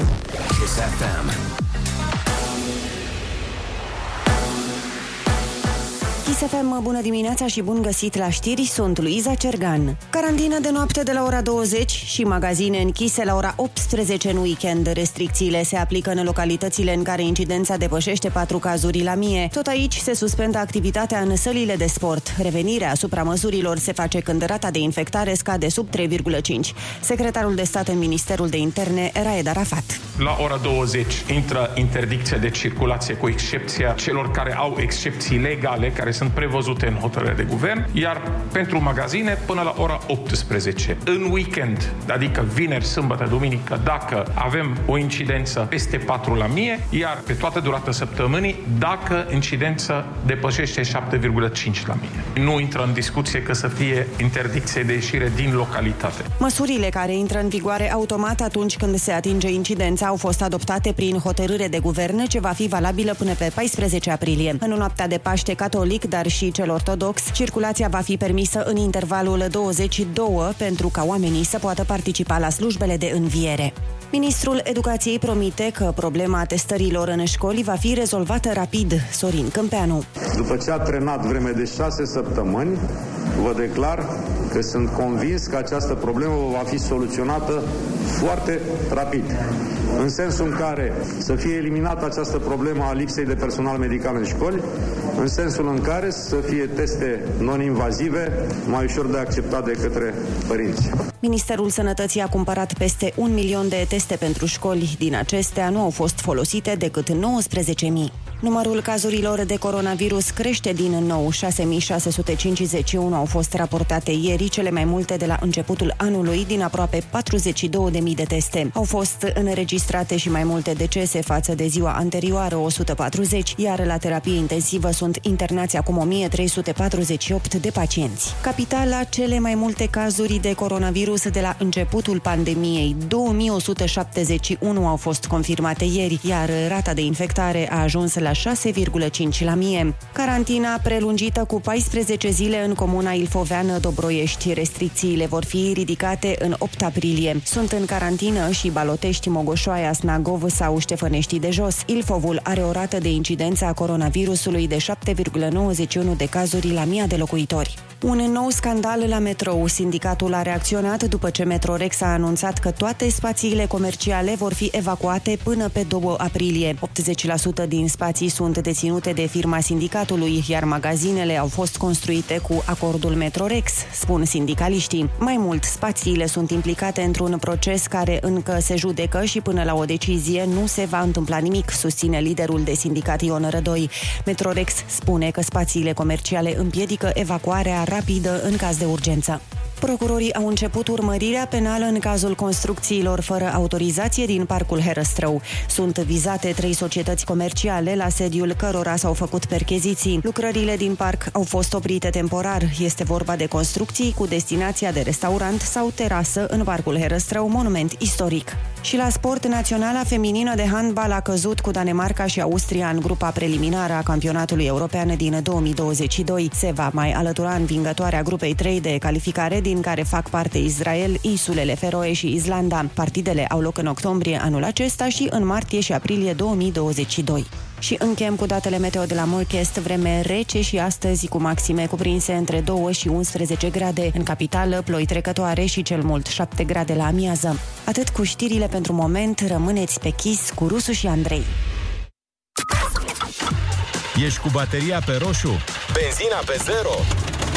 Kiss FM. Kiss FM, bună dimineața și bun găsit la știri, sunt Luiza Cergan. Carantină de noapte de la ora 20 și magazine închise la ora 18 în weekend. Restricțiile se aplică în localitățile în care incidența depășește 4 cazuri la mie. Tot aici se suspendă activitatea în sălile de sport. Revenirea asupra măsurilor se face când rata de infectare scade sub 3,5. Secretarul de stat în Ministerul de Interne, Raed Arafat. La ora 20 intră interdicția de circulație cu excepția celor care au excepții legale care sunt prevăzute în hotărâre de guvern, iar pentru magazine până la ora 18. În weekend, adică vineri, sâmbătă, duminică, dacă avem o incidență peste 4 la mie, iar pe toată durata săptămânii, dacă incidența depășește 7,5 la mie. Nu intră în discuție că să fie interdicție de ieșire din localitate. Măsurile care intră în vigoare automat atunci când se atinge incidența au fost adoptate prin hotărâre de guvern ce va fi valabilă până pe 14 aprilie. În noaptea de Paște catolic, dar și cel ortodox, circulația va fi permisă în intervalul 22 pentru ca oamenii să poată participa la slujbele de înviere. Ministrul Educației promite că problema testărilor în școli va fi rezolvată rapid, Sorin Câmpeanu. După ce a trenat vreme de șase săptămâni, vă declar că sunt convins că această problemă va fi soluționată foarte rapid. În sensul în care să fie eliminată această problemă a lipsei de personal medical în școli, în sensul în care să fie teste non-invazive mai ușor de acceptat de către părinți. Ministerul Sănătății a cumpărat peste un milion de teste pentru școli. Din acestea nu au fost folosite decât 19.000. Numărul cazurilor de coronavirus crește din nou. 6651 au fost raportate ieri, cele mai multe de la începutul anului, din aproape 42.000 de teste. Au fost înregistrate și mai multe decese față de ziua anterioară, 140, iar la terapie intensivă sunt internați acum 1348 de pacienți. Capitala cele mai multe cazuri de coronavirus de la începutul pandemiei, 2171 au fost confirmate ieri, iar rata de infectare a ajuns la 6,5 la mie. Carantina prelungită cu 14 zile în comuna Ilfoveană Dobroiești. Restricțiile vor fi ridicate în 8 aprilie. Sunt în carantină și Balotești, Mogoșoaia, Snagov sau Ștefănești de jos. Ilfovul are o rată de incidență a coronavirusului de 7,91 de cazuri la mia de locuitori. Un nou scandal la metrou. Sindicatul a reacționat după ce Metrorex a anunțat că toate spațiile comerciale vor fi evacuate până pe 2 aprilie. 80% din spații sunt deținute de firma sindicatului, iar magazinele au fost construite cu acordul Metrorex, spun sindicaliștii. Mai mult, spațiile sunt implicate într-un proces care încă se judecă și până la o decizie nu se va întâmpla nimic, susține liderul de sindicat Ion Rădoi. Metrorex spune că spațiile comerciale împiedică evacuarea rapidă în caz de urgență. Procurorii au început urmărirea penală în cazul construcțiilor fără autorizație din Parcul Herăstrău. Sunt vizate trei societăți comerciale la sediul cărora s-au făcut percheziții. Lucrările din parc au fost oprite temporar. Este vorba de construcții cu destinația de restaurant sau terasă în Parcul Herăstrău, monument istoric. Și la sport, naționala feminină de handbal a căzut cu Danemarca și Austria în grupa preliminară a campionatului european din 2022. Se va mai alătura învingătoarea grupei 3 de calificare din din care fac parte Israel, insulele Feroe și Islanda. Partidele au loc în octombrie anul acesta și în martie și aprilie 2022. Și încheiem cu datele meteo de la Morchest, vreme rece și astăzi cu maxime cuprinse între 2 și 11 grade. În capitală, ploi trecătoare și cel mult 7 grade la amiază. Atât cu știrile pentru moment, rămâneți pe chis cu Rusu și Andrei. Ești cu bateria pe roșu? Benzina pe zero?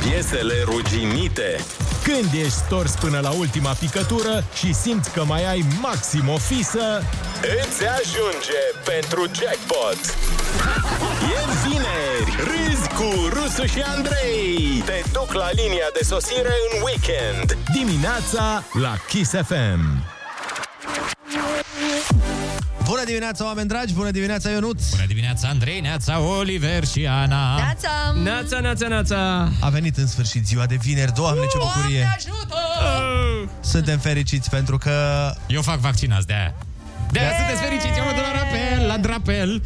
Piesele ruginite? Când ești stors până la ultima picătură și simți că mai ai maxim o fisă, Îți ajunge pentru jackpot! e vineri! Râzi cu Rusu și Andrei! Te duc la linia de sosire în weekend! Dimineața la Kiss FM. Bună dimineața, oameni dragi! Bună dimineața, Ionuț! Bună dimineața, Andrei, Neața, Oliver și Ana. Neața! Nața, nața, nața! A venit în sfârșit ziua de vineri, doamne ce bucurie! ajută! Suntem fericiți pentru că... Eu fac vaccinați de aia. De aia sunteți fericiți, eu mă duc la rapel, la drapel.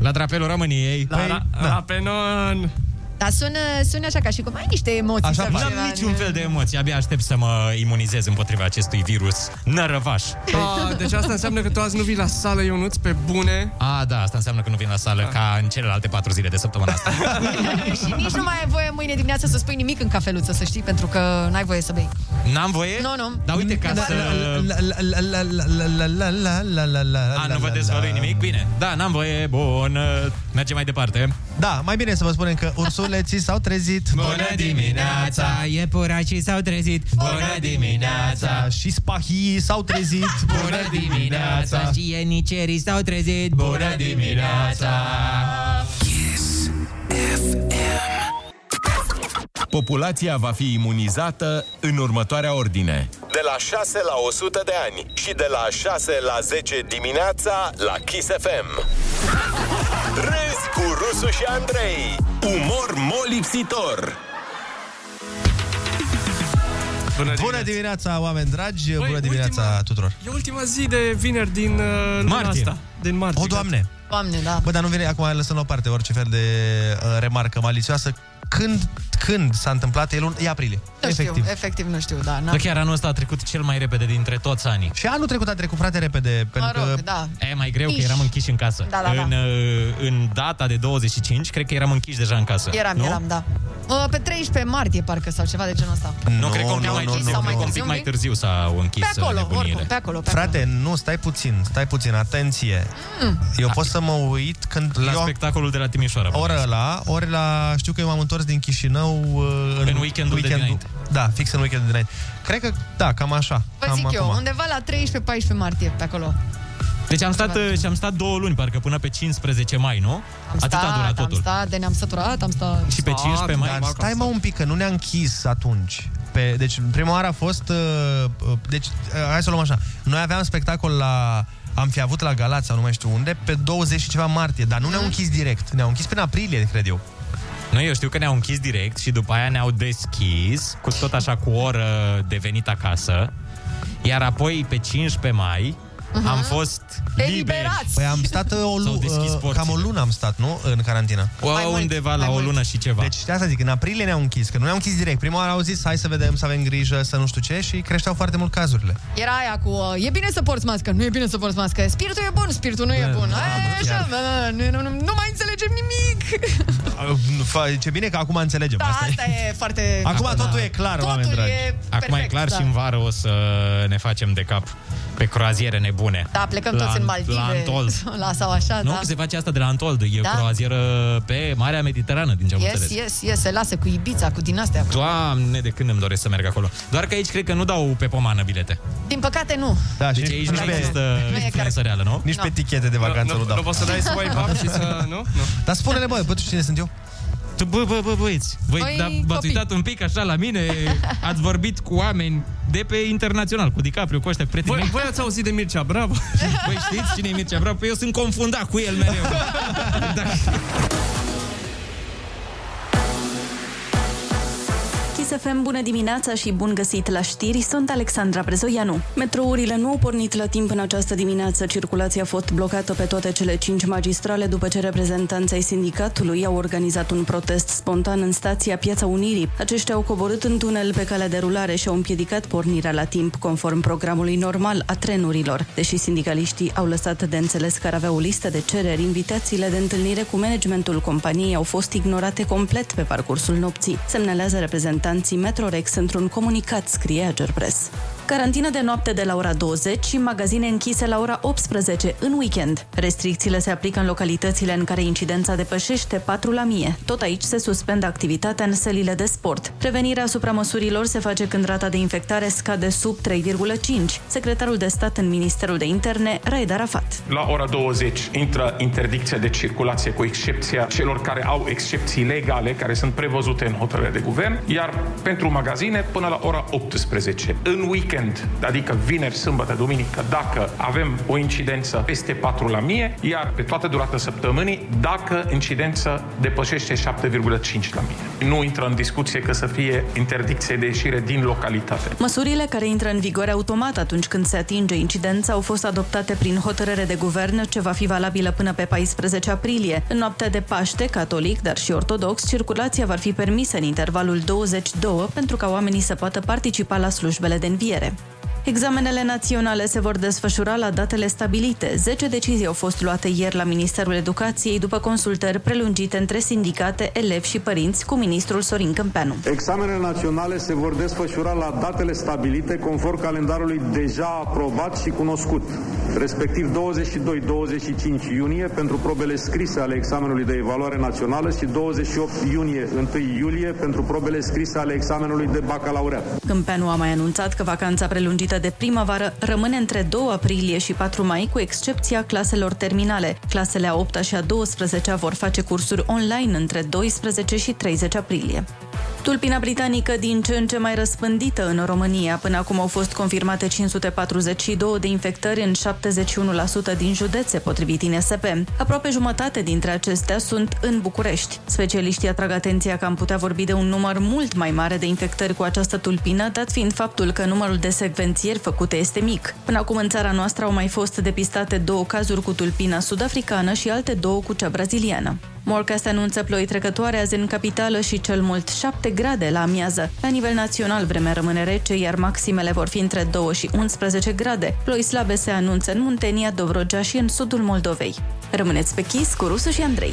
La drapelul României. Păi, La, da. la, la penon! Dar sună, sună așa ca și cum ai niște emoții. Așa, sau ceva, n-am niciun fel de emoții, abia aștept să mă imunizez împotriva acestui virus nărăvaș. Ah, A, deci asta înseamnă că tu azi nu vii la sală, Ionuț, pe bune. Ah. A, da, asta înseamnă că nu vin la sală ca în celelalte patru zile de săptămâna asta. și nici nu mai ai voie mâine dimineață să spui nimic în cafeluță, să știi, pentru că n-ai voie să bei. N-am voie? Nu, nu. Dar uite, ca Da, să... La, la, la, la, la, la, la, la, la, la, la, la, A, nu la, vă la. dezvălui nimic? Bine. Da, n-am voie, bun. Mergem mai departe. Da, mai bine să vă spunem că ursuleții s-au trezit. iepurașii s-au trezit. Și spahii s-au trezit. și ienicerii s-au trezit. Populația va fi imunizată în următoarea ordine. De la 6 la 100 de ani și de la 6 la 10 dimineața la Kiss FM. Râs cu Rusu și Andrei. Umor molipsitor. Bună Bună dimineața, oameni dragi! Băi, Bună dimineața ultima- tuturor! E ultima zi de vineri din uh, luna Martie. asta. Din martie. O, Doamne! Doamne, da. Bă, dar nu vine, acum lăsăm la o parte orice fel de uh, remarcă malicioasă. Când, când s-a întâmplat? E, lun- e aprilie. Nu știu, efectiv. efectiv. efectiv nu știu, da. N-am. Dar chiar anul ăsta a trecut cel mai repede dintre toți anii. Și anul trecut a trecut frate repede, Mă pentru rog, că... da. E mai greu Iși. că eram închiși în casă. Da, da, da. în, uh, în data de 25, cred că eram închiși deja în casă. Eram, nu? eram, da. Uh, Pe 13 martie, parcă, sau ceva de genul ăsta. Nu, cred că un pic nu, mai, nu, nu, nu, cred că nu. un pic mai târziu s-au Pe închis uh, acolo, oricum, nebunile. pe acolo, Mm. pe Frate, nu, stai puțin, stai puțin, atenție. Eu pot să mă uit când... La eu am- spectacolul de la Timișoara. Oră la, ori la... Știu că eu m-am întors din Chișinău uh, în, În weekendul de dinainte. Da, fix în weekendul de dinainte. Cred că, da, cam așa. Vă cam zic eu, undeva la 13-14 martie, pe acolo. Deci am stat, uh, și am stat două luni, parcă până pe 15 mai, nu? Am Atât stat, a durat am totul. stat, de ne-am săturat, am stat. Și pe 15 mai... Dar Ah, stai mă un pic, că nu ne-a închis atunci. Pe, deci, prima oară a fost... Uh, uh, deci, uh, hai să o luăm așa. Noi aveam spectacol la... Am fi avut la Galați sau nu mai știu unde, pe 20 și ceva martie, dar nu ne-au închis direct. Ne-au închis până aprilie, cred eu. Nu, eu știu că ne-au închis direct și după aia ne-au deschis, cu tot așa cu o oră de venit acasă. Iar apoi, pe 15 mai, Mhm. am fost liberi. Eliberați! Păi am stat uh, o, S-au lu- deschis uh, cam porțile. o lună am stat, nu? În carantină. O, Mai mult, undeva mai la o mult. lună și ceva. Deci de asta zic, în aprilie ne-au închis, că nu ne-au închis direct. Prima oară au zis, hai să vedem, să avem grijă, să nu știu ce și creșteau foarte mult cazurile. Era aia cu uh, e bine să porți mască, nu e bine să porți mască, spiritul e bun, spiritul nu e Da, bun. da, Aia, mă, așa, chiar. bă, nu, nu, nu, nu mai înțelegem nimic. Uh, Fa- Ce bine că acum înțelegem Da, asta. e. asta e foarte... da. Acum totul e clar, oameni Totul dragi. e perfect, da. Acum e clar da. și în vară o să ne facem de cap pe croaziere nebune. Da, plecăm La- toți în Maldive. La Antol. La sau așa, Nu, da. că se face asta de la Antold. E Da. da. croazieră pe Marea Mediterană, din ce am Yes, înțeles. yes, yes, se lasă cu Ibița, cu din astea. Doamne, de când îmi doresc să merg acolo. Doar că aici cred că nu dau pe pomană bilete. Din păcate nu. Da, Deci și aici nici nu pe- există Nu e influență reală, nu? Nici Nu. pe tichete de Nu, vacanță nu, nu, nu dau. poți să dai swipe up și să... Nu? Nu. da. Dar spune-le, bă, bă, tu știi cine sunt eu? Tu, Bă, bă, bă, băieți, voi Voi da, v-ați Păi, copii. uitat un pic așa la mine, ați vorbit cu oameni de pe internațional, cu DiCaprio, cu ăștia, cu prietenii Voi, mei. voi ați auzit de Mircea, bravo! Voi știți cine e Mircea Bravo? Păi eu sunt confundat cu el mereu. Kiss FM, bună dimineața și bun găsit la știri, sunt Alexandra Brezoianu. Metrourile nu au pornit la timp în această dimineață. Circulația a fost blocată pe toate cele cinci magistrale după ce reprezentanții ai sindicatului au organizat un protest spontan în stația Piața Unirii. Aceștia au coborât în tunel pe calea de rulare și au împiedicat pornirea la timp conform programului normal a trenurilor. Deși sindicaliștii au lăsat de înțeles că ar avea o listă de cereri, invitațiile de întâlnire cu managementul companiei au fost ignorate complet pe parcursul nopții, semnalează reprezentanții Metrorex într-un comunicat, scrie Ager Press. Carantină de noapte de la ora 20 și magazine închise la ora 18 în weekend. Restricțiile se aplică în localitățile în care incidența depășește 4 la mie. Tot aici se suspendă activitatea în sălile de sport. Prevenirea asupra măsurilor se face când rata de infectare scade sub 3,5. Secretarul de stat în Ministerul de Interne, Raed Arafat. La ora 20 intră interdicția de circulație cu excepția celor care au excepții legale care sunt prevăzute în hotărâre de guvern, iar pentru magazine până la ora 18. În weekend weekend, adică vineri, sâmbătă, duminică, dacă avem o incidență peste 4 la mie, iar pe toată durata săptămânii, dacă incidența depășește 7,5 la mie. Nu intră în discuție că să fie interdicție de ieșire din localitate. Măsurile care intră în vigoare automat atunci când se atinge incidența au fost adoptate prin hotărâre de guvern ce va fi valabilă până pe 14 aprilie. În noaptea de Paște, catolic, dar și ortodox, circulația va fi permisă în intervalul 22 pentru ca oamenii să poată participa la slujbele de înviere. Examenele naționale se vor desfășura la datele stabilite. 10 decizii au fost luate ieri la Ministerul Educației după consultări prelungite între sindicate, elevi și părinți cu ministrul Sorin Câmpeanu. Examenele naționale se vor desfășura la datele stabilite conform calendarului deja aprobat și cunoscut, respectiv 22-25 iunie pentru probele scrise ale examenului de evaluare națională și 28 iunie 1 iulie pentru probele scrise ale examenului de bacalaureat. Câmpeanu a mai anunțat că vacanța prelungită de primăvară rămâne între 2 aprilie și 4 mai, cu excepția claselor terminale. Clasele a 8 și a 12 vor face cursuri online între 12 și 30 aprilie. Tulpina britanică din ce în ce mai răspândită în România. Până acum au fost confirmate 542 de infectări în 71% din județe, potrivit INSP. Aproape jumătate dintre acestea sunt în București. Specialiștii atrag atenția că am putea vorbi de un număr mult mai mare de infectări cu această tulpină, dat fiind faptul că numărul de secvențieri făcute este mic. Până acum în țara noastră au mai fost depistate două cazuri cu tulpina sud-africană și alte două cu cea braziliană. Morcast anunță ploi trecătoare azi în capitală și cel mult 7 grade la amiază. La nivel național, vremea rămâne rece, iar maximele vor fi între 2 și 11 grade. Ploi slabe se anunță în Muntenia, Dobrogea și în sudul Moldovei. Rămâneți pe chis cu Rusu și Andrei.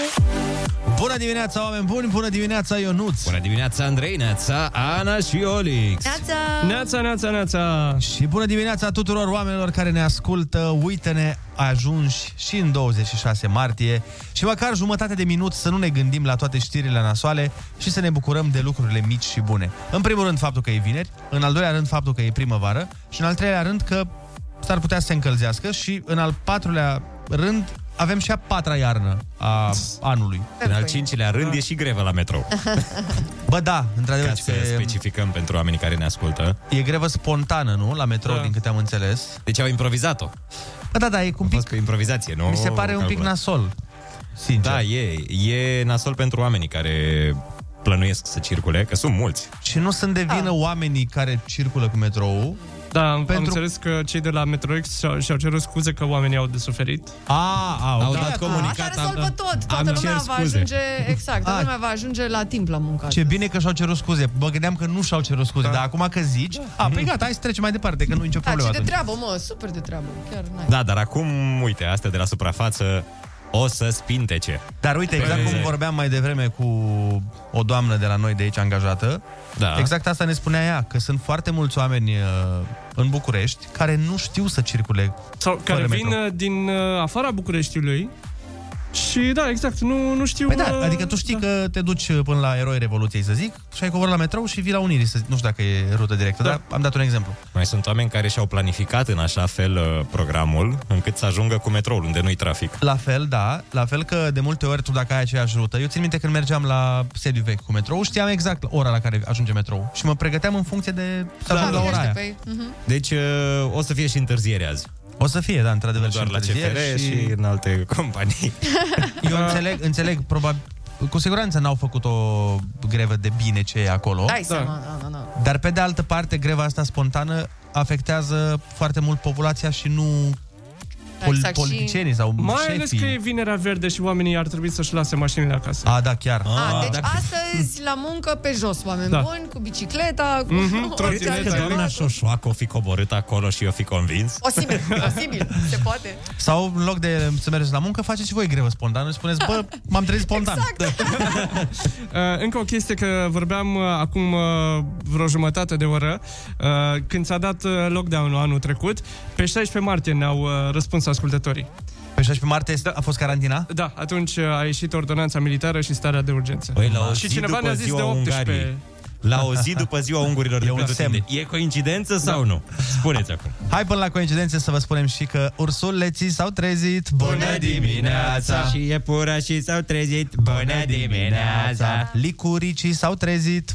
Bună dimineața, oameni buni! Bună dimineața, Ionuț! Bună dimineața, Andrei, neața, Ana și Olix. Neața! Neața, neața, neața! Și bună dimineața tuturor oamenilor care ne ascultă. Uite-ne, ajungi și în 26 martie și măcar jumătate de minut să nu ne gândim la toate știrile nasoale și să ne bucurăm de lucrurile mici și bune. În primul rând faptul că e vineri, în al doilea rând faptul că e primăvară și în al treilea rând că s-ar putea să se încălzească și în al patrulea rând avem și a patra iarnă a anului. În al cincilea rând e și grevă la metrou. Bă, da, într-adevăr, Ca să specificăm pentru oamenii care ne ascultă. Da. e grevă spontană, nu? La metrou, din câte am înțeles. Deci au improvizat-o. Bă, da, da, e cu un A pic, fost pe improvizație, nu? mi se pare un pic calculat. nasol. Sincer. Da, e, e nasol pentru oamenii care plănuiesc să circule, că sunt mulți. Și nu sunt de vină oamenii care circulă cu metrou. Da, am, Pentru- am înțeles că cei de la Metrox și-au, și-au cerut scuze că oamenii au de suferit. A, au, Au da. dat Asta comunicat, rezolvă am, tot. Toată am cer lumea va scuze. ajunge, exact, toată Ah. lumea va ajunge la timp la muncă. Ce bine că și-au cerut scuze. Mă gândeam că nu și-au cerut scuze, dar acum că zici... Da. A, păi gata, hai să trecem mai departe, că nu e nicio Da, problemă ce atunci. de treabă, mă, super de treabă, chiar n-ai. Da, dar acum, uite, astea de la suprafață o să spintece. Dar uite, exact cum Exact. vorbeam mai devreme cu o doamnă de la noi de aici angajată, Da. exact asta ne spunea ea, că sunt foarte mulți oameni uh, în București care nu știu să circule. Sau care vin metro. uh, din uh, afara Bucureștiului și da, exact, nu, nu știu... Păi da, uh, adică tu știi da. că te duci uh, până la Eroi Revoluției, să zic, și ai cobor la metrou și vii la Unirii, să zic. nu știu dacă e rută directă, Da. dar am dat un exemplu. Mai sunt oameni care și-au planificat în așa fel uh, programul încât să ajungă cu metroul unde nu-i trafic. La fel, da, la fel că de multe ori tu dacă ai aceeași rută, eu țin minte când mergeam la sediu vechi cu metrou, știam exact ora la care ajunge metrou și mă pregăteam în funcție de să ajung la ora aia. Pe... Mhm. Deci uh, o să fie și întârziere azi. O să fie, da, într-adevăr, Doar și la întârzieri CFR și... și în alte companii. Eu înțeleg, înțeleg, probabil, cu siguranță n-au făcut o grevă de bine ce e acolo, Dai seama, da. Da, da. dar pe de altă parte, greva asta spontană afectează foarte mult populația și nu Ai Exact, și- politicienii sau Mai ales șefii. că e vinerea verde și oamenii ar trebui să-și lase mașinile acasă. A, da, chiar. A, deci astăzi la muncă pe jos, oameni Da. buni, cu bicicleta, cu... Mhm, Mhm, orice Crezi că altceva. doamna Șoșoacă o fi coborât acolo și eu fi convins? Posibil, posibil, se poate. Sau în loc de să mergeți la muncă, faceți voi grevă spontană și spuneți, bă, m-am trezit spontan. Exact. Uh, încă o chestie, că vorbeam uh, acum uh, vreo jumătate de oră, uh, când s-a dat uh, lockdown-ul anul trecut, pe 16 martie ne-au uh, răspuns ascultătorii. Pe 16 martie a fost carantina? Da, atunci uh, a ieșit ordonanța militară și starea de urgență. Păi, la o și zi cineva după ne-a zis ziua de 18. Ungariei. La o zi după ziua ungurilor de un Da. pretutindeni. E coincidență sau nu? Spuneți acum. Hai până la coincidențe să vă spunem și că ursuleții s-au trezit. Și iepurașii s-au trezit Bună dimineața Licuricii s-au trezit.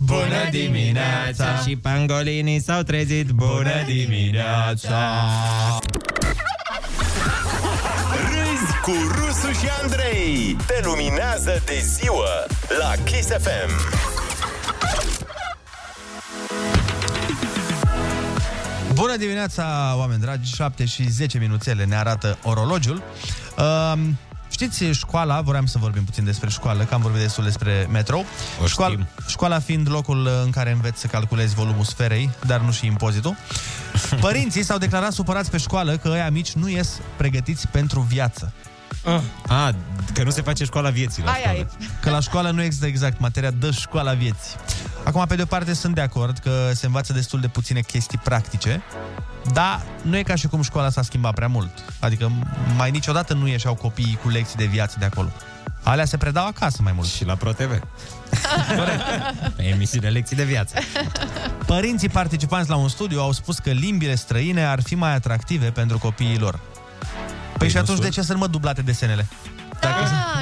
Și pangolinii s-au trezit Bună dimineața Râzi cu Rusu și Andrei. Te luminează de ziua la Kiss FM. Bună dimineața, oameni dragi! 7 și 10 minuțele ne arată orologiul. Um, știți, școala, voream să vorbim puțin despre școală, că am vorbit destul despre metrou. Școala, școala fiind locul uh, în care înveți să calculezi volumul sferei, dar nu și impozitul. Părinții s-au declarat supărați pe școală că ăia mici nu ies pregătiți pentru viață. Ah. A, că nu se face școala vieții la școală. Că la școală nu există exact materia, dă școala vieții. Acum, pe de-o parte, sunt de acord că se învață destul de puține chestii practice, dar nu e ca și cum școala s-a schimbat prea mult. Adică mai niciodată nu ieșeau copiii cu lecții de viață de acolo. Alea se predau acasă mai mult. Și la ProTV. Emisiune lecții de viață. Părinții participanți la un studiu au spus că limbile străine ar fi mai atractive pentru copiii lor. Păi și nu atunci sunt. de ce să nu mă dublate desenele? Da,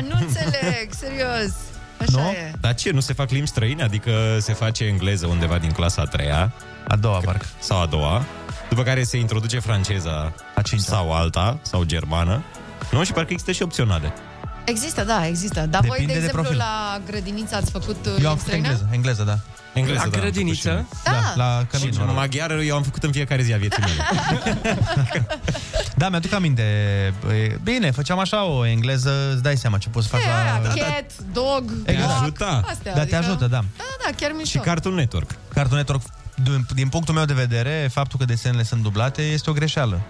nu înțeleg, serios. Așa Nu? e. Dar ce, nu se fac limbi străine? Adică se face engleză undeva din clasa a treia. A doua, parcă. Sau a doua. După care se introduce franceza a cincea. sau alta, sau germană. Nu? Și parcă există și opționale. Există, da, există. Dar voi, Depinde de de exemplu, profil. la grădiniță ați făcut Eu uh, am limbi făcut străină? engleză, engleză, da. Engleză, da, La am făcut grădiniță? și eu. Da. La cămin, și mă rog. maghiară eu am făcut în fiecare zi a vieții mele. Da, mi-aduc aminte. E, Bine, făceam așa o engleză, îți dai seama ce poți să faci la... Da, cat, dog, Te walk, ajuta. Astea, Da, adică- te ajută, da. Da, da, chiar mișto. Cartoon Network. Cartoon Network, din, din punctul meu de vedere, faptul că desenele sunt dublate este o greșeală.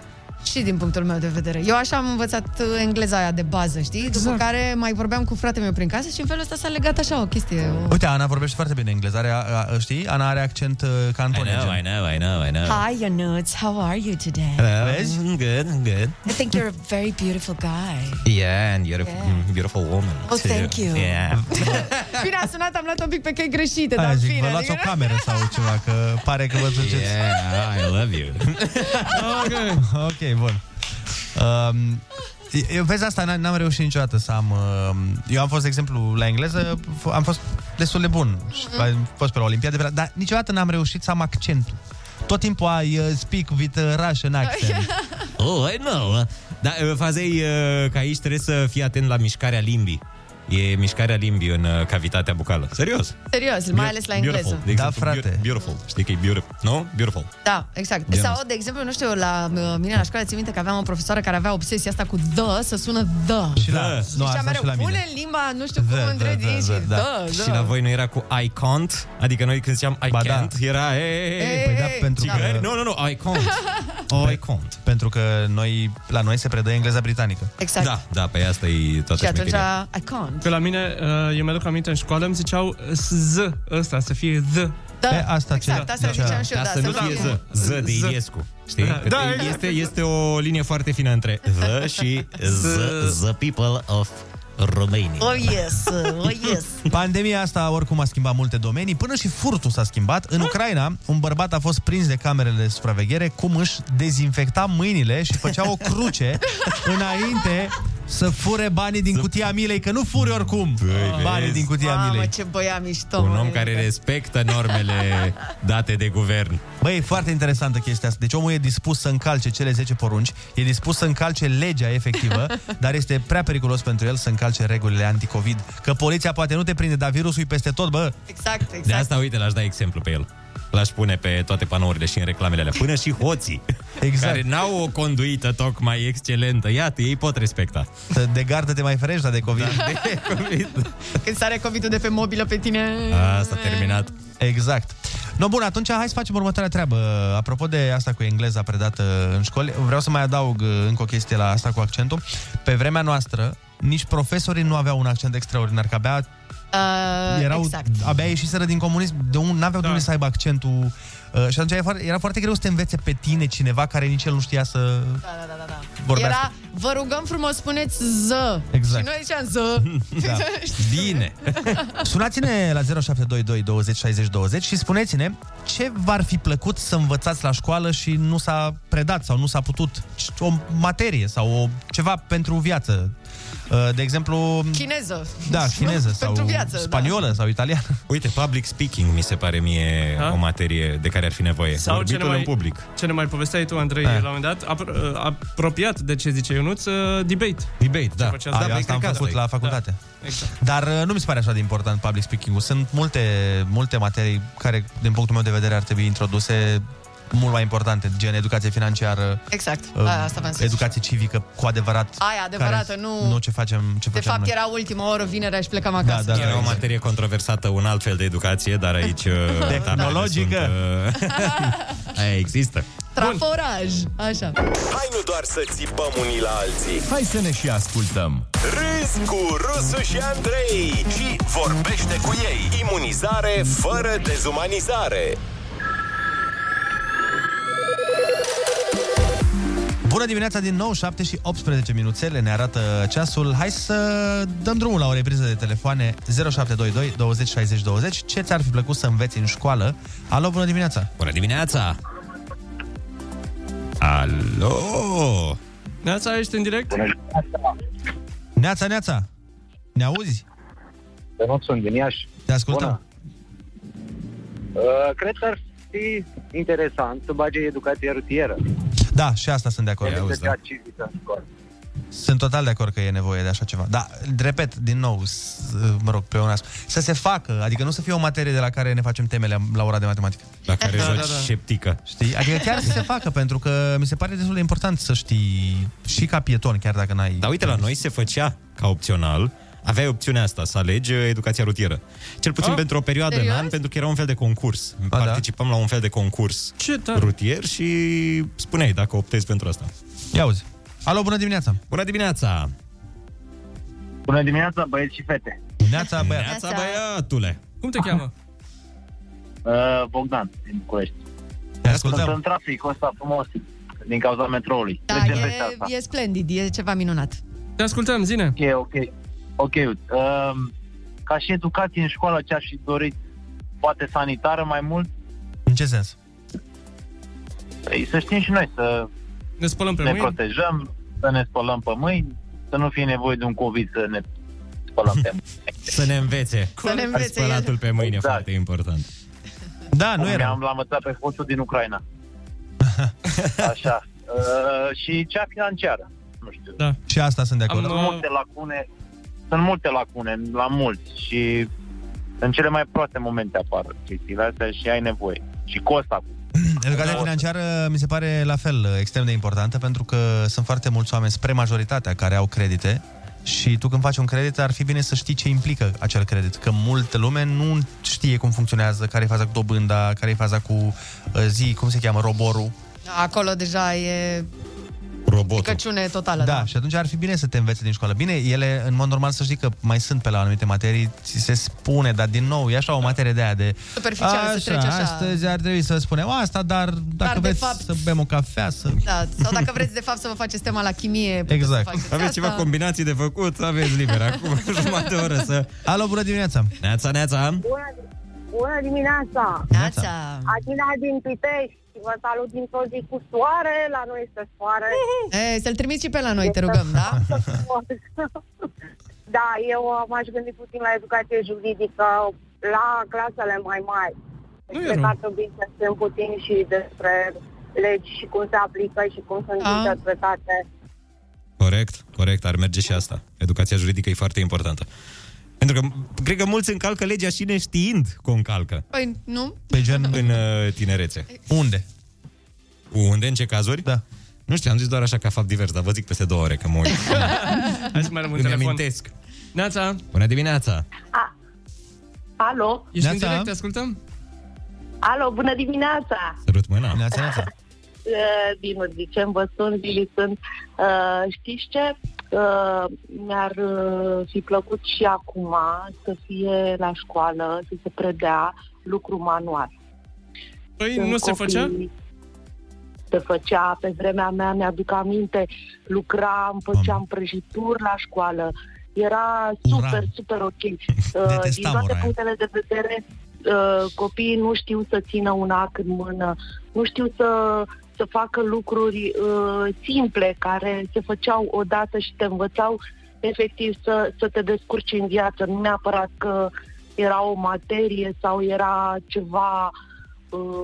Și din punctul meu de vedere. Eu așa am învățat uh, engleza aia de bază, știi? După care mai vorbeam cu fratele meu prin casă și în felul ăsta s-a legat așa o chestie. O... Uite, Ana vorbește foarte bine engleză, are, a, a, știi? Ana are accent uh, I cantone. know, I know, I know, I know. Hi, your nuts, how are you today? Hello. I'm good, I'm good. I think you're a very beautiful guy. Yeah, and you're a Yeah. beautiful woman. Oh, too. thank you. Yeah. Bine, a sunat, am luat un pic pe căi greșite, Aia dar în zic, fine. vă luați o adică- cameră sau ceva, că pare că vă duceți. Yeah, I love you. ok. ok, bun. Um, eu- eu vezi asta, n- n-am reușit niciodată să am... um, Eu am fost, de exemplu, la engleză, f- am fost destul de bun. Și Mhm. Am fost pe la Olimpiade, pe la- dar niciodată n-am reușit să am accentul. Tot timpul ai uh, speak with uh, Russian accent. Oh, I know. Dar uh, faza e uh, că aici trebuie să fii atent la mișcarea limbii. E mișcarea limbii în uh, cavitatea bucală. Serios. Serios, mai ales la Beautiful. engleză. De Da, exemplu, beau- Beautiful. Știi că e beautiful. Nu? No? Beautiful. Da, exact. Bine. Sau, de exemplu, nu știu, la uh, mine la școală, țin minte că aveam o profesoară care avea obsesia asta cu dă, să sună dă. și la, Da. nu, Și asta a mereu și la mine. pune limba, nu știu cum, Da, între da, da, dinți și da, da. dă, Și la dă. voi nu era cu I can't? Adică noi când ziceam I Ba da. can't, era... Hey, hey, hey. Păi da, Ei, pentru Țigări? că, Nu, nu, nu, I can't. Oh, I can't. pentru că noi, la noi se predă engleza britanică. Exact. Da, da, pe asta e toată Și atunci, șmecheria. I can't. Că la mine, uh, eu mi-aduc aminte în școală, îmi ziceau z, ăsta, să fie z. Da, Pe asta ce- exact, asta da. ziceam și eu, Dar da, să nu fie Z, Z de Z. Iliescu, știi? Da, Da, exact. este, este o linie foarte fină între The și Z. Z, The People of Romania. Oh, yes, oh, yes. Pandemia asta oricum a schimbat multe domenii, până și furtul s-a schimbat. În Ucraina, un bărbat a fost prins de camerele de supraveghere cum își dezinfecta mâinile și făcea o cruce înainte să fure banii din cutia milei, că nu furi oricum Băi, banii vezi? din cutia Mamă, milei. ce băia mișto, Un mă, om nene. care respectă normele date de guvern. Băi, e foarte interesantă chestia asta. Deci omul e dispus să încalce cele 10 porunci, e dispus să încalce legea efectivă, dar este prea periculos pentru el să încalce regulile anticovid, că poliția poate nu te prinde, dar virusul e peste tot, bă. Exact, De exact. asta, uite, l-aș da exemplu pe el. L-aș pune pe toate panourile și în reclamele alea. Până și hoții, Exact. care n-au o conduită tocmai excelentă. Iată, ei pot respecta. De gardă te mai ferești, dar de COVID. Da, de COVID. Când sare covid de pe mobilă pe tine... s-a terminat. Exact. No, bun, atunci hai să facem următoarea treabă. Apropo de asta cu engleza predată în școli, vreau să mai adaug uh, încă o chestie la asta cu accentul. Pe vremea noastră, nici profesorii nu aveau un accent extraordinar, că abia Uh, erau, Exact. abia ieșiseră din comunism, de un, n-aveau da. de unde să aibă accentul. Uh, și atunci era foarte, era foarte greu să te învețe pe tine cineva care nici el nu știa să da, da, da, da, da. vorbească. Era, vă rugăm frumos, spuneți ză. Exact. Și noi ziceam ză. Da. Bine! Sunați-ne la 0722 20 60 20 și spuneți-ne ce v-ar fi plăcut să învățați la școală și nu s-a predat sau nu s-a putut. O materie sau o, ceva pentru viață. Uh, De exemplu... Chineză. Da, chineză sau Pentru viață, da. spaniolă sau italiană. Uite, public speaking mi se pare mie ha? o materie de care ar fi nevoie. Sau ce ne, Vorbitul mai, în public. ce ne mai povesteai tu, Andrei, Da. la un moment dat, apro- uh, apropiat de ce zice Ionuț, uh, debate. Debate, Da, făceați? da, Da, asta am cred că făcut adică. asta e. la facultate. Da, exact. Dar uh, nu mi se pare așa de important public speaking-ul. Sunt multe, multe materii care, din punctul meu de vedere, ar trebui introduse mult mai importante, gen educație financiară, Exact. uh, Aia, asta v-am zis. educație civică cu adevărat. Aia adevărată, nu- Nu ce facem, ce De facem fapt, noi. era ultima oră, vinerea și plecam acasă. Da, Era o exact. materie controversată, un alt fel de educație, dar aici... uh, taberele Tehnologică. sunt, uh, Aia există. Traforaj. Așa. Hai nu doar să țipăm unii la alții Hai să ne și ascultăm. Râzi cu Rusu și Andrei Și vorbește cu ei Imunizare fără dezumanizare Bună dimineața din nou, 7 și 18 minuțele ne arată ceasul. Hai să dăm drumul la o repriză de telefoane 0722 20 60 20. Ce ți-ar fi plăcut să înveți în școală? Alo, bună dimineața! Bună dimineața! Alo! Neața, ești în direct? Neața, neața! Ne auzi? nu sunt din Iași. Te ascultăm. Uh, cred că ar fi interesant să bage educația rutieră. Da, și asta sunt de acord. da. educația civică în școală. Sunt total de acord că e nevoie de așa ceva. Dar, repet, din nou, s- mă rog, pe unas, să se facă, adică nu să fie o materie de la care ne facem temele la ora de matematică. La care Da, joci da, da. șeptică. Știi? Adică chiar să se facă, pentru că mi se pare destul de important să știi și ca pieton, chiar dacă n-ai... Dar uite, la noi se făcea ca opțional, aveai opțiunea asta, să alegi uh, educația rutieră. Cel puțin Ah, pentru o perioadă în serios? an, pentru că era un fel de concurs. da. Participam la un fel de concurs Ce tare. rutier și spuneai dacă optezi pentru asta. Ia auzi. Alo, bună dimineața! Bună dimineața! Bună dimineața, băieți și fete. Neața, băiat! Neața, băiatule! Cum te cheamă? Uh, Bogdan, din București. Te Sunt în ascultăm! traficul ăsta frumos din cauza metroului. Da, Trecem peste e, asta. e splendid, e ceva minunat. Te ascultăm, zine. E ok. Ok, uite, um, ca și educație în școală, ce aș fi dorit, poate sanitară mai mult, În ce sens? Păi să știm și noi să Ne spălăm pe ne mâini. protejăm, să ne spălăm pe mâini, să nu fie nevoie de un COVID să ne spălăm pe mâini. Să ne învețe. Să ne Ar învețe el. spălatul pe mâine, Exact. foarte important. Da, nu era. Am l-am învățat pe fostul din Ucraina. Așa. Uh, și cea financiară. Nu știu. Da. Și asta sunt de acord. Am- uh, Sunt multe lacune. Sunt multe lacune la mulți și în cele mai proaste momente apar chestiile astea și ai nevoie. Și costa cu Educația Da. financiară mi se pare la fel uh, extrem de importantă pentru că sunt foarte mulți oameni, spre majoritatea, care au credite și tu când faci un credit ar fi bine să știi ce implică acel credit, că multă lume nu știe cum funcționează, care e faza cu dobânda, care e faza cu uh, zi, cum se cheamă, roborul. Acolo deja e Robotul. picăciune totală. Da, și atunci ar fi bine să te învețe din școală. Bine, ele, în mod normal, să știi că mai sunt pe la anumite materii, ți se spune, dar din nou, e așa o materie de aia de... Superficial, să treci așa. astăzi ar trebui să spunem asta, dar dacă de vreți fapt- să bem o cafea, să... Da, sau dacă vreți de fapt să vă faceți tema la chimie, puteți Exact. să faceți Aveți asta. ceva combinații de făcut, aveți liber acum jumătate de oră să... Alo, bună dimineața! Neața, neața! Bună dimineața! Neața. Adina din Pitești, vă salut dintr-o zi cu soare, la noi este soare. E, să-l trimiți și pe la noi, te rugăm, da? da, eu uh, m-aș gândi puțin la educație juridică, la clasele mai mari. Nu e Cred că rău. ar trebui să știm puțin și despre legi și cum se aplică și cum sunt Ah. interpretate. Corect, corect, ar merge și asta. Educația juridică e foarte importantă. Pentru că m- cred că mulți încalcă legea și neștiind că o încalcă. Păi nu? Pe gen... În uh, tinerețe. Unde? Unde? În ce cazuri? Da. Nu știu, am zis doar așa ca fapt divers, dar vă zic peste două ore că mă uit. Hai să mai luăm un Îmi telefon. amintesc. Neața, Bună dimineața! Alo? ești în direct, te ascultăm? Alo, bună dimineața! Sărut mâna! Neața, neața. Uh, Dinu, zicem, vă sunt, Lili sunt. Uh, știți ce? Uh, mi-ar uh, fi plăcut și acum să fie la școală, să se predea lucru manual. Păi Sunt nu se făcea? Se făcea, pe vremea mea mi-aduc aminte, lucram, făceam prăjituri la școală. Era super, super ok. Uh, din Detestam toate ora aia. punctele de vedere, uh, copiii nu știu să țină un ac în mână, nu știu să, să facă lucruri uh, simple care se făceau odată și te învățau efectiv să, să te descurci în viață, nu neapărat că era o materie sau era ceva uh,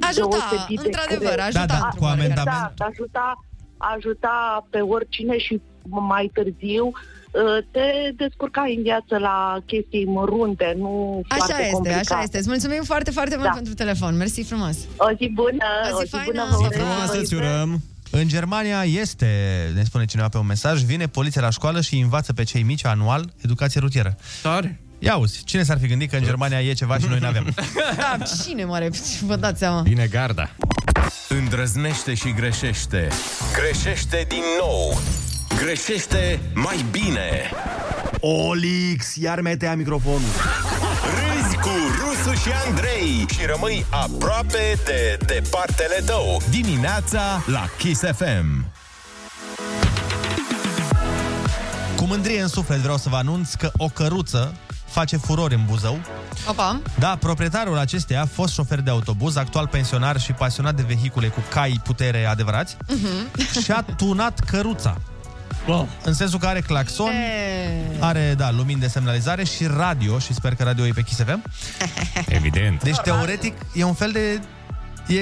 Ajuta, deosebit de într-adevăr, greu. ajuta Da, da, într-un cu fel. amendament. Exact, ajuta, ajuta pe oricine și mai târziu uh, te descurcai în viață la chestii mărunte, nu Așa foarte este, complicate. așa este. Îți mulțumim foarte, foarte mult Da. pentru telefon. Mersi frumos. O zi bună, o zi, faină. bună vă urez. urăm! În Germania este, ne spune cineva pe un mesaj, vine poliția la școală și îi învață pe cei mici anual educație rutieră. Tare! Ia uzi, cine s-ar fi gândit că în Germania e ceva și noi nu avem? Da, cine mare, vă dați seama. Bine garda! Îndrăznește și greșește. Greșește din nou. Greșește mai bine. Olix, iar metea microfonul. Râzi cu Rusu și Andrei și rămâi aproape de departele tău. Dimineața la Kiss FM. Cu mândrie în suflet vreau să vă anunț că o căruță face furori în Buzău. Opa. Da, proprietarul acesteia, fost șofer de autobuz, actual pensionar și pasionat de vehicule cu cai putere adevărați, și-a tunat căruța. Wow. În sensul că are claxon, are, da, lumini de semnalizare și radio, și sper că radio e pe Kiss FM. Evident. Deci, teoretic, e un fel de... E,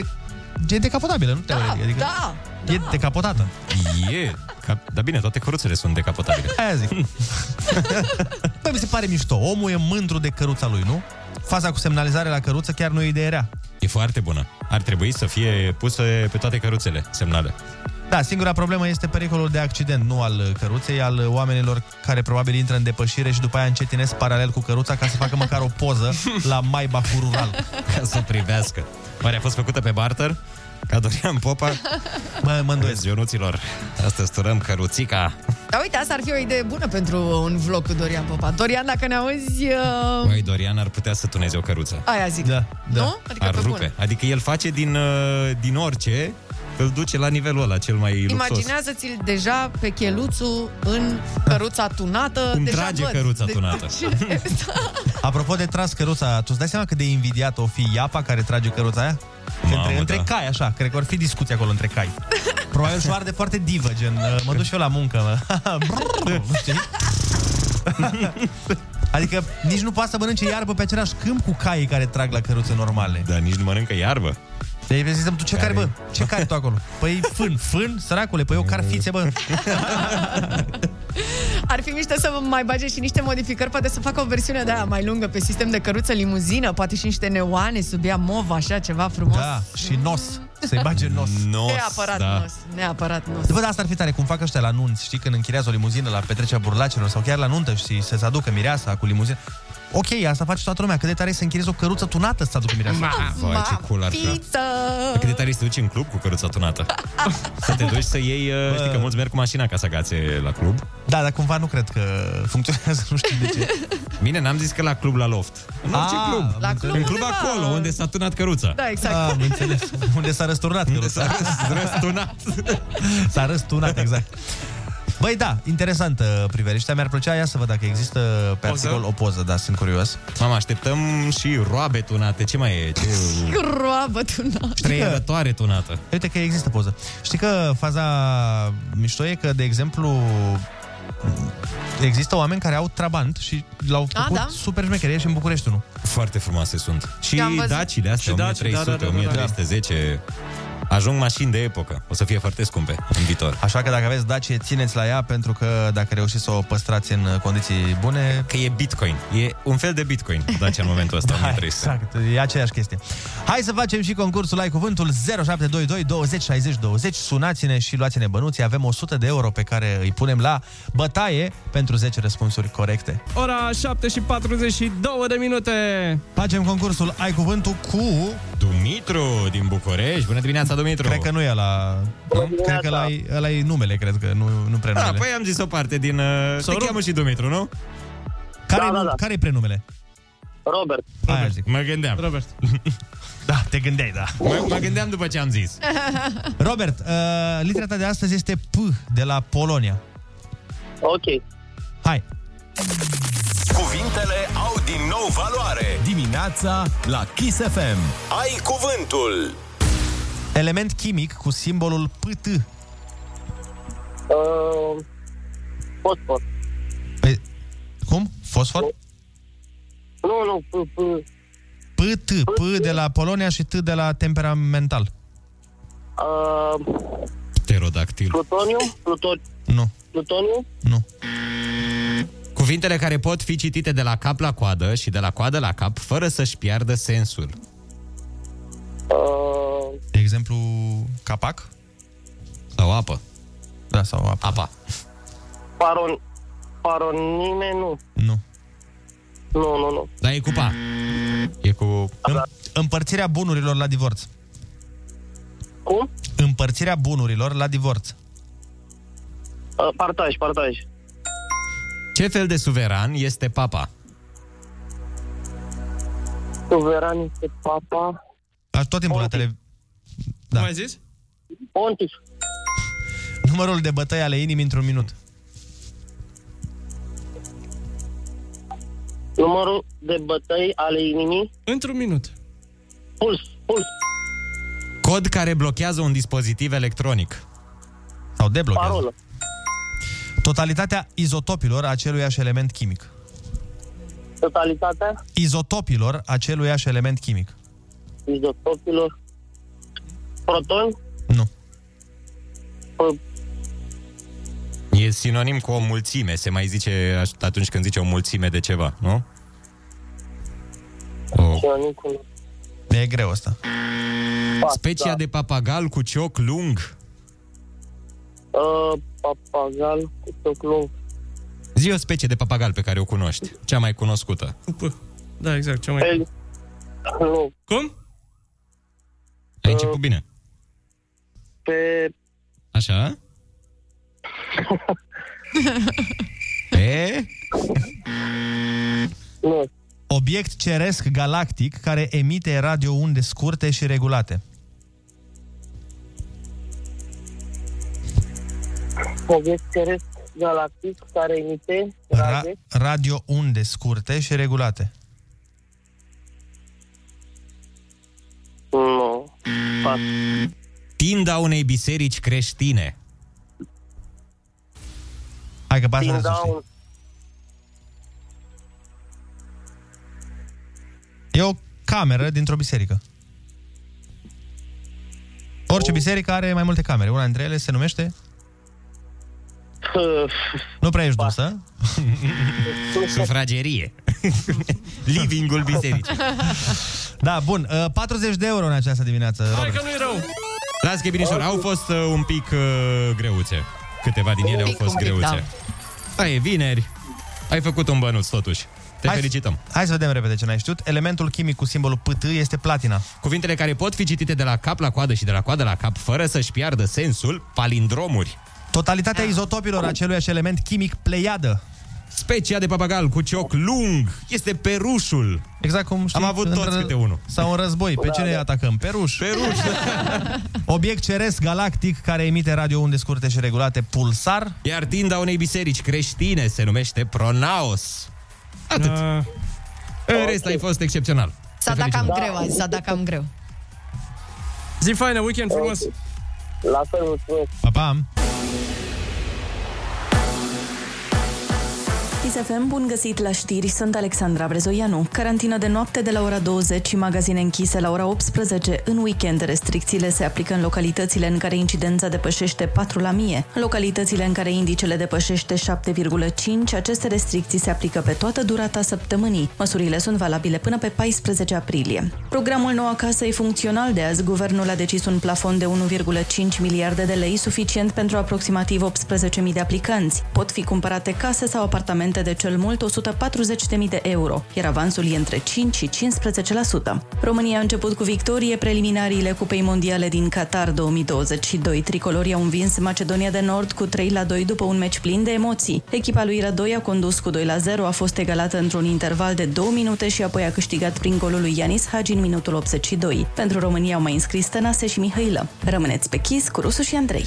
e decapotabilă, nu teoretic. Adică da, E decapotată. E! Ca... Dar bine, toate căruțele sunt decapotabile. Aia zic. Păi mi se pare mișto. Omul e mândru de căruța lui, nu? Faza cu semnalizare la căruță chiar nu e idee rea. E foarte bună. Ar trebui să fie pusă pe toate căruțele semnale. Da, singura problemă este pericolul de accident, nu al uh, căruței, al uh, oamenilor care probabil intră în depășire și după aia încetinesc paralel cu căruța ca să facă măcar o poză la Maybach rural. Ca să privească. Oare a fost făcută pe barter? Ca Dorian Popa? Mă, mă îndoiesc. Ionuților, astăzi turăm căruțica. Dar uite, asta ar fi o idee bună pentru un vlog cu Dorian Popa. Dorian, dacă ne auzi... Uh... Băi, Dorian ar putea să tuneze o căruță. Aia zic. Da, da. Nu? Adică ar pe rupe. bune. Adică el face din, uh, din orice, îl duce la nivelul ăla cel mai luxos. Imaginează-ți-l deja pe cheluțul în căruța tunată. Cum deja trage văd. căruța tunată. Apropo de tras căruța, tu îți dai seama cât de invidiat o fi iapa care trage căruța aia? Mamă, între, da. între cai, așa, cred că ar fi discuții acolo între cai. Probabil și de foarte divă, gen, uh, mă duc și eu la muncă, mă. Brrr, știi? Adică nici nu poate să mănânce iarbă pe același câmp cu caii care trag la căruțe normale. Da, nici nu mănâncă iarbă. Deci pe zis, tu ce care, bă? Ce care tu acolo? Păi fân, fân, săracule, păi eu carfițe, bă. Ar fi mișto să mai bage și niște modificări, poate să facă o versiune de aia mai lungă pe sistem de căruță limuzină, poate și niște neoane sub ea mov, așa ceva frumos. Da, și nos. Să-i bage nos. neapărat da. nos, neapărat nos. Bă, dar asta ar fi tare, cum fac ăștia la nunți, știi, când închiriază o limuzină la petrecerea burlacelor sau chiar la nuntă și să-ți aducă mireasa cu limuzină. Ok, asta face toată lumea, cât de tare e să închiriezi o căruță tunată să-ți aducă mireasa. Vai, ce cool ar fi. Cât de tare e să te duci în club cu căruța tunată. să te duci să iei, uh, știi că mulți merg cu mașina ca să agațe la club. Da, dar cumva nu cred că funcționează, nu știu de ce. Bine, n-am zis că la club la loft. În orice Ah, club. la club în club undeva. acolo, unde s-a tunat căruța. Da, exact. Ah, Am înțeles. Unde s-a răsturnat Unde s-a răsturnat. s-a răsturnat, exact. Băi, da, interesantă priveliștea. Mi-ar plăcea ea să văd dacă există pe Poză? articol o poză, da, sunt curios. Mama, așteptăm și roabe tunate. Ce mai e? Ce... Groabă tunată. Trăietoare tunată. Uite că există poză. Știi că faza mișto e că, de exemplu, există oameni care au trabant și l-au A, făcut da. super șmecherie și în București, nu? Foarte frumoase sunt. Și Eu am văzut. dacile astea, Și da, și dacii, 1300, da, da, da, da, da. 1310. Ajung mașini de epocă. O să fie foarte scumpe în viitor. Așa că dacă aveți Dacia, țineți la ea pentru că dacă reușiți să o păstrați în uh, condiții bune... Că e bitcoin. E un fel de bitcoin, Dacia în momentul ăsta. da, 1300. exact, e aceeași chestie. Hai să facem și concursul Ai Cuvântul 0722 20 60 20. Sunați-ne și luați-ne bănuții. Avem 100 de euro pe care îi punem la bătaie pentru 10 răspunsuri corecte. Ora 7 și 42 de minute. Facem concursul Ai Cuvântul cu... Dumitru din București. Bună dimineața, Dumitru! Cred că nu e la... Cred că ăla e- ăla e numele, cred că, nu, nu Da, prenumele. păi am zis o parte din... Uh, te cheamă și Dumitru, nu? Care-i, da, da, da. care-i prenumele? Robert. Aia zic. Mă gândeam. Robert. da, te gândeai, da. Mă, mă gândeam după ce am zis. Robert, uh, litera ta de astăzi este P de la Polonia. Ok. Hai. Cuvintele au din nou valoare. Dimineața la Kiss FM. Ai cuvântul. Element chimic cu simbolul PT. Uh, fosfor. Păi, cum? Fosfor? Nu, nu, p- p- PT, P de la Polonia și T de la temperamental. uh, Pterodactil. plutoniu? Pluton... Nu. Plutoniu? Cuvintele care pot fi citite de la cap la coadă și de la coadă la cap fără să-și piardă sensul. Uh. De exemplu, capac? Sau apă. Da, sau apă. Apa. Paron... Paronime? Nu. Nu. Nu, nu, nu. Da, e cu pa. E cu... Împărțirea bunurilor la divorț. Cum? Împărțirea bunurilor la divorț. Uh, partaj, partaj. Ce fel de suveran este papa? Suveran este papa... Aș tot timpul la tele... Da. Mai zis? Pontif. Numărul de bătăi ale inimii într-un minut. Numărul de bătăi ale inimii? Într-un minut. Puls, puls. Cod care blochează un dispozitiv electronic. Sau deblochează. Parolă. Totalitatea izotopilor aceluiași element chimic. Totalitatea Izotopilor aceluiași element chimic. izotopilor. Deci Proton? E sinonim cu o mulțime, se mai zice aș- atunci când zice o mulțime de ceva, nu? Oh. E greu asta. Da. Specia de papagal cu cioc lung. Uh, papagal cu toclou. Zi o specie de papagal pe care o cunoști, cea mai cunoscută. Da, exact. Ce mai... Nu. Cum? Ai început bine. Pe... Așa? E? Obiect ceresc galactic care emite radiounde scurte și regulate. Obiect ceresc galactic care emite Ra- raze. radiounde scurte și regulate. Nu. Mm, Tinda unei biserici creștine. Hai că pasă Tinda un... E o cameră dintr-o biserică. Orice biserică are mai multe camere. Una dintre ele se numește... Nu prea ești dusă. Sufragerie. Livingul bisericii. Da, bun. uh, 40 de euro în această dimineață, Robert. nu-i rău. Las că binișor, au fost uh, un pic uh, greuțe. Câteva din ele au pic, fost un pic, greuțe. Da, e vineri. Ai făcut un bănuț totuși. Te Hai- felicităm. Hai să vedem repede ce n-ai știut. Elementul chimic cu simbolul PT este platina. Cuvintele care pot fi citite de la cap la coadă și de la coadă la cap fără să-și piardă sensul, palindromuri. Totalitatea izotopilor aceluiași element chimic pleiadă. Specia de papagal cu cioc lung este perușul. Exact cum știi, Am avut într- toți câte unul. Sau în război. Pe Da, ce ne da. atacăm? Pe ruși. Pe ruși. Obiect ceresc galactic care emite radiounde scurte și regulate pulsar. Iar tinda unei biserici creștine se numește pronaos. Atât. În rest, ai fost excepțional. S-a dat cam greu azi, s-a dat cam greu. Zi faină, weekend frumos. La fel, mulțumesc. Pa, pa! ISFM, bun găsit la știri, sunt Alexandra Brezoianu. Carantină de noapte de la ora 20 și magazine închise la ora 18. În weekend, restricțiile se aplică în localitățile în care incidența depășește 4 la mie. Localitățile în care indicele depășește 7,5, aceste restricții se aplică pe toată durata săptămânii. Măsurile sunt valabile până pe 14 aprilie. Programul Nou Acasă e funcțional de azi. Guvernul a decis un plafon de 1,5 miliarde de lei, suficient pentru aproximativ 18.000 de aplicanți. Pot fi cumpărate case sau apartamente de cel mult 140.000 de euro, iar avansul e între 5 și 15%. România a început cu victorie preliminariile Cupei Mondiale din Qatar 2022. Tricolorii au învins Macedonia de Nord cu 3 la 2 după un meci plin de emoții. Echipa lui Rădoi a condus cu 2 la 0, a fost egalată într-un interval de 2 minute și apoi a câștigat prin golul lui Ianis Hagi în minutul 82. Pentru România au mai înscris Tănase și Mihailă. Rămâneți pe chis cu Rusu și Andrei.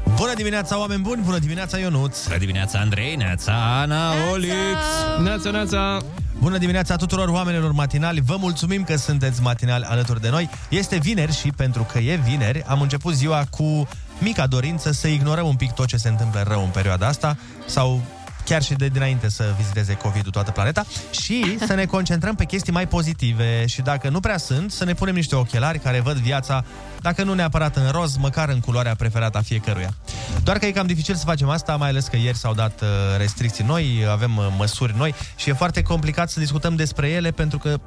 Bună dimineața, oameni buni! Bună dimineața, Ionuț! Bună dimineața, Andrei! Neața, Ana, Olix! Neața, neața! Bună dimineața tuturor oamenilor matinali! Vă mulțumim că sunteți matinali alături de noi. Este vineri și pentru că e vineri, am început ziua cu mica dorință să ignorăm un pic tot ce se întâmplă rău în perioada asta sau chiar și de dinainte să viziteze COVID-ul toată planeta și să ne concentrăm pe chestii mai pozitive și dacă nu prea sunt, să ne punem niște ochelari care văd viața, dacă nu neapărat în roz, măcar în culoarea preferată a fiecăruia. Doar că e cam dificil să facem asta, mai ales că ieri s-au dat uh, restricții noi, avem uh, măsuri noi și e foarte complicat să discutăm despre ele pentru că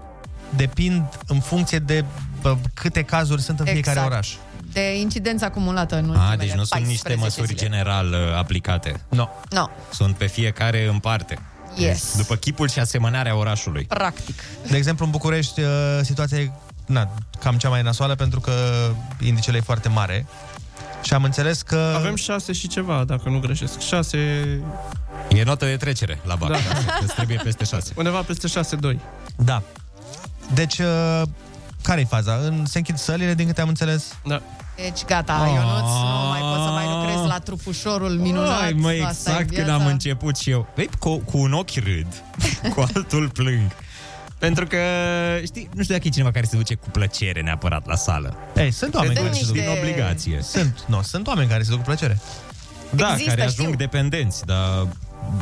depind în funcție de uh, câte cazuri sunt în fiecare Exact. oraș. De incidență acumulată în ultimele A, deci nu sunt niște 14 măsuri zile. general uh, aplicate. Nu. Nu, Sunt pe fiecare în parte. Yes. După chipul și asemănarea orașului. practic. De exemplu, în București uh, situația e na, cam cea mai nasoală pentru că indicele e foarte mare. Și am înțeles că... Avem șase și ceva, dacă nu greșesc. Șase... E notă de trecere la BAC. Da. Îți trebuie peste șase. Undeva peste șase, doi. Da. Deci, uh, care e faza? În, se închid sălile, din câte am înțeles? Da. Deci gata, Ionuț, nu mai poți să mai lucrezi la trupușorul minunat. Ai, mă, asta e exact când viața. am început și eu. Vei, cu, cu un ochi râd, cu altul plâng. Pentru că, știi, nu știu dacă e cineva care se duce cu plăcere neapărat la sală. Ei, sunt oameni se care duc se duc. din obligație. Sunt, nu, sunt oameni care se duc cu plăcere. Da, care ajung dependenți, dar uh,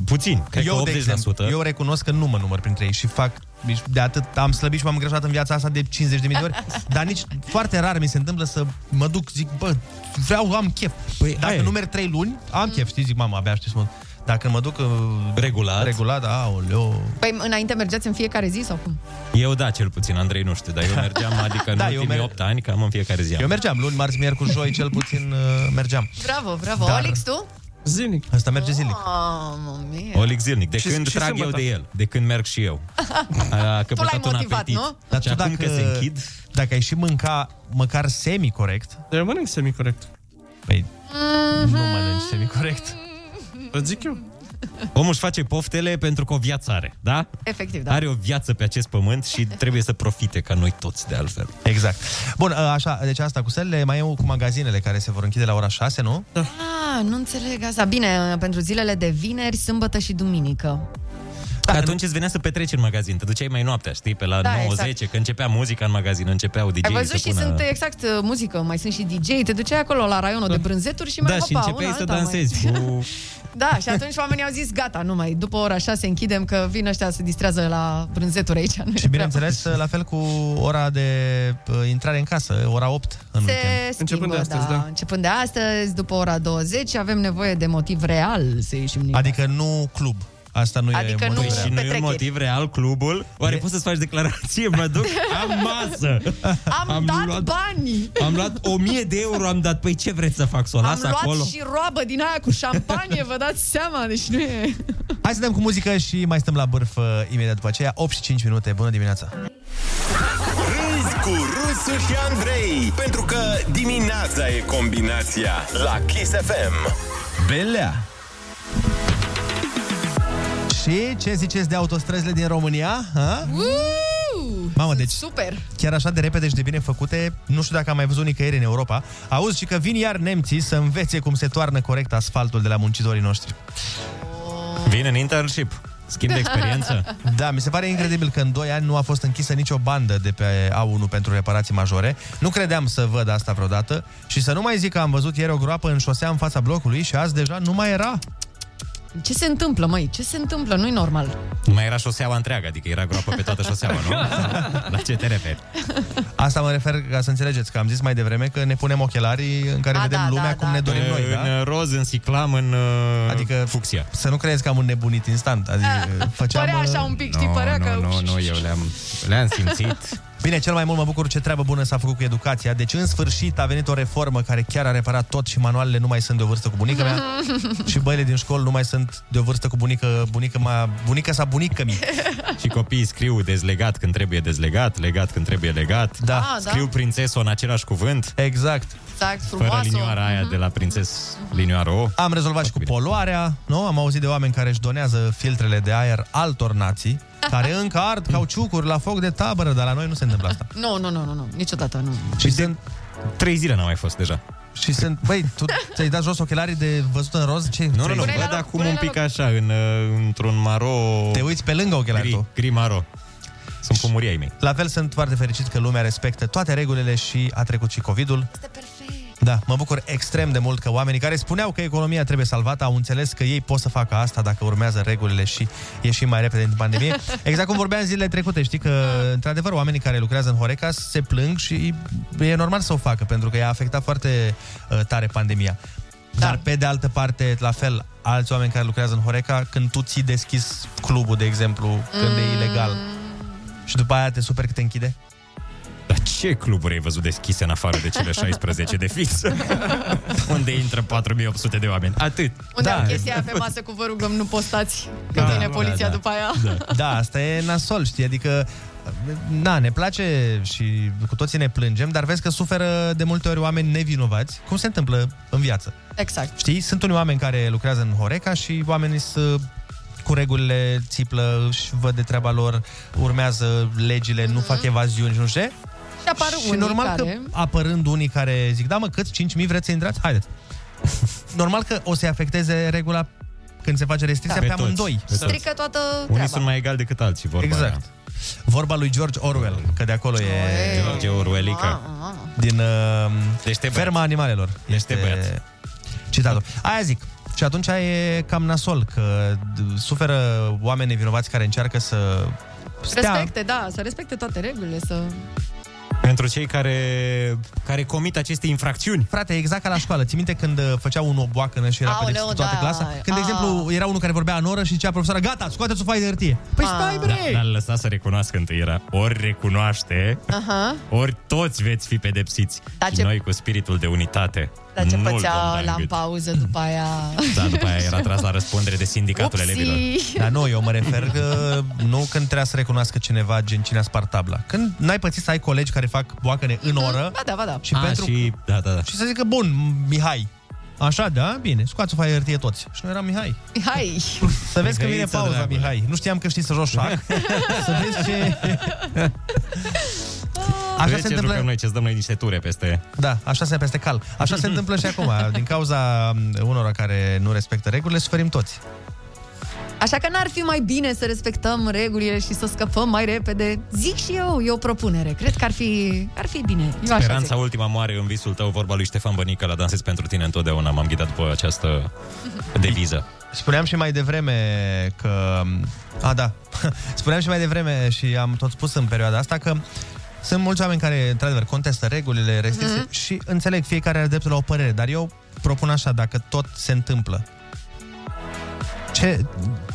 puțin. Cred eu, că 80%. de exemplu, eu recunosc că nu mă număr printre ei și fac nici- de atât, am slăbit și m-am îngreșat în viața asta de 50 de mii de ori, dar nici foarte rar mi se întâmplă să mă duc, zic, bă, vreau, am chef. Păi, Dacă nu merg 3 luni, am chef, știi, zic, mama, abia aștept să mă... Dacă mă duc uh, regulat, regulat aoleo. Păi înainte mergeați în fiecare zi sau cum? Eu da, cel puțin, Andrei nu știu, dar eu mergeam, adică în Da, da, eu ultimii merg- 8 ani, cam în fiecare zi. am Eu mergeam luni, marți, miercuri, joi, cel puțin uh, mergeam. Bravo, bravo. Dar- Olix, tu? Zilnic. Asta merge zilnic. Oh, mă, mie. Olic zilnic, de Și- când și trag sâmbătă. eu de el, de când merg și eu. A căpătat un apetit. Dar și tu acum dacă, că se închid, dacă ai și mânca măcar semi-corect... Dar mănânc semi-corect. Păi, Mhm. nu Deci mănânci semi-corect. Îți zic eu. omul își face poftele pentru că o viață are, da? Efectiv, da? da. Are o viață pe acest pământ și trebuie să profite ca noi toți de altfel. Exact. Bun, a, așa, deci asta cu sălile, mai e cu magazinele care se vor închide la ora 6, nu? Da. Ah, nu înțeleg asta. Bine, pentru zilele de vineri, sâmbătă și duminică. Da, atunci îți venea să petreci în magazin, te duceai mai noaptea, știi, pe la Da, 9-10, exact. când începea muzica în magazin, începeau dj Ai văzut și sunt exact uh, muzică, mai sunt și DJ, te duceai acolo la raionul de brânzeturi și mai Da, și hopa, începeai una, să alta, dansezi Mai... cu... Da, și atunci oamenii au zis, gata, nu mai, după ora 6 închidem, că vin ăștia să distrează la brânzeturi aici. nu e Și bineînțeles, uh, la fel cu ora de uh, intrare în casă, ora 8 în Se weekend. schimbă, da. Începând de astăzi, după ora 20, avem nevoie de motiv real să ieșim din Adică nu club. Asta nu Adică e nu motiv și nu e un motiv real clubul? Oare poți să-ți faci declarație? Mă duc, am masă! Am, am dat luat... bani! Am luat 1000 de euro, am dat. Păi ce vreți să fac? Să o Am las luat acolo? și roabă din aia cu șampanie, vă dați seama, deci nu e... Hai să dăm cu muzică și mai stăm la bârf uh, imediat după aceea. 8 și 5 minute. Bună dimineața! Râzi cu Rusu și Andrei Pentru că dimineața e combinația La Kiss FM Belea! Și ce ziceți de autostrăzile din România? Ha? Uuu! Mamă, deci Super! chiar așa de repede și de bine făcute, nu știu dacă am mai văzut nicăieri în Europa. Auzi și că vin iar nemții să învețe cum se toarnă corect asfaltul de la muncitorii noștri. Vin în internship. Schimb de experiență. Da, mi se pare incredibil că în 2 ani nu a fost închisă nicio bandă de pe A1 pentru reparații majore. Nu credeam să văd asta vreodată și să nu mai zic că am văzut ieri o groapă în șosea în fața blocului și azi deja nu mai era. Ce se întâmplă, măi? Ce se întâmplă? Nu-i normal. Nu mai era șoseaua întreagă, adică era groapă pe toată șoseaua, nu? La ce te referi? Asta mă refer ca să înțelegeți că am zis mai devreme că ne punem ochelarii în care A, a, vedem da, da, lumea da, cum da. ne dorim În, noi, da? în roz, în ciclam, în uh, adică fucsia. Să nu crezi că am înnebunit instant. Adică făceam... Ah, Părea uh, așa un pic, știi, părea că... nu, eu le-am, le-am simțit. Bine, cel mai mult mă bucur ce treabă bună s-a făcut cu educația. Deci, în sfârșit, a venit o reformă care chiar a reparat tot și manualele nu mai sunt de o vârstă cu bunica mea. și băile din școală nu mai sunt de o vârstă cu bunică, bunică, ma, bunica sa bunică mi. Și copiii scriu dezlegat când trebuie dezlegat, legat când trebuie legat. Da. Ah, da. Scriu prințesă în același cuvânt. Exact. Exact, Fără frumoasă. linioara aia de la prințes linioară O. Am rezolvat și cu poluarea, nu? Am auzit de oameni care își donează filtrele de aer altor nații, care încă ard cauciucuri la foc de tabără, dar la noi nu se întâmplă asta. Nu, nu, nu, nu, nu, niciodată nu. Și sunt... Trei zile n-am mai fost deja. Și sunt... Băi, tu ți-ai dat jos ochelarii de văzut în roz? Ce? Nu, nu, nu, Trei- văd acum un pic așa, în, uh, într-un maro... Te uiți pe lângă ochelari gri, gri maro. Sunt pomorii ai mei. La fel sunt foarte fericit că lumea respectă toate regulile și a trecut și COVID-ul. Este perfect. Da, mă bucur extrem de mult că oamenii care spuneau că economia trebuie salvată au înțeles că ei pot să facă asta dacă urmează regulile și ieșim mai repede din pandemie. Exact cum vorbeam zilele trecute, știi că într-adevăr oamenii care lucrează în Horeca se plâng și e normal să o facă pentru că i-a afectat foarte uh, tare pandemia. Dar pe de altă parte, la fel, alți oameni care lucrează în Horeca, când tu ții deschis clubul, de exemplu, când e ilegal, și după aia te super că te închide? Dar ce cluburi ai văzut deschise în afară de cele 16 de fix? Unde intră 4800 de oameni? Atât. Unde da. am chestia aia pe masă cu vă rugăm, nu postați, că Da, vine da, poliția da. după aia. Da. da, asta e nasol, știi? Adică, da, ne place și cu toții ne plângem, dar vezi că suferă de multe ori oameni nevinovați, cum se întâmplă în viață. Exact. Știi? Sunt unii oameni care lucrează în Horeca și oamenii sunt cu regulile țiplă, își văd de treaba lor, urmează legile, nu fac evaziuni și nu știu ce. Și apar și unii normal care... că apărând unii care zic, da mă, câți 5.000 vreți să intrați? Haideți. normal că o să-i afecteze regula când se face Da. restricția pe, Pe toți. amândoi. Pe toți. Strică toată Unii treaba. sunt mai egali decât alții, vorba Exact. aia. Vorba lui George Orwell, că de acolo e... George Orwellica. Din uh, Deștept ferma animalelor. Este băiat. citatul. Aia zic. Și atunci e cam nasol că d- suferă oameni nevinovați care încearcă să stea... Respecte, da, să respecte toate regulile, să... Pentru cei care, care comit aceste infracțiuni. Frate, exact ca la școală. Ți minte când uh, făcea un o boacănă și era Aoleu, pedepsit toată da. clasa? Când, de Ah. exemplu, era unul care vorbea în oră și zicea profesoara, gata, scoateți o foaie de hârtie. Ah. Păi stai, Da, bre! dar lăsa să recunoască întâi era. Ori recunoaște, Aha. ori toți veți fi pedepsiți. Dar și Da, ce- noi cu spiritul de unitate. Dar ce nu-l vom da pățea în la în gât. pauză după aia... Da, după aia era tras la răspundere de sindicatul Upsi! elevilor. Dar nu, eu mă refer că nu când trebuia să recunoască cineva gen cine a spart tabla. Când n-ai pățit să ai colegi care fac boacăne în oră Ba da, ba da. și, pentru... și, da, da, da. și să zică, bun, Mihai, Așa, da? Bine, scoați-o faie hârtie toți. Și nu era Mihai. Hai! Să vezi că vine Mihaița, pauza, dragule. Mihai. Nu știam că știi să joci șac. să vezi ce... Așa Așa Vezi ce se întâmplă... jucăm noi, ce dăm noi niște ture peste... Da, așa se peste cal. Așa se întâmplă și acum. Din cauza m, unora care nu respectă regulile, suferim toți. Așa că n-ar fi mai bine să respectăm regulile și să scăpăm mai repede. Zic și eu, e o propunere. Cred că ar fi, ar fi bine. Eu așa Speranța ultima moare în visul tău, vorba lui Ștefan Bănică la Dansez pentru tine întotdeauna. M-am ghidat după această deviză. Spuneam și mai devreme că... A, da. Spuneam și mai devreme și am tot spus în perioada asta că sunt mulți oameni care, într-adevăr, contestă regulile, restricții mm-hmm. Mhm. și înțeleg, fiecare are dreptul la o părere, dar eu propun așa, dacă tot se întâmplă, ce,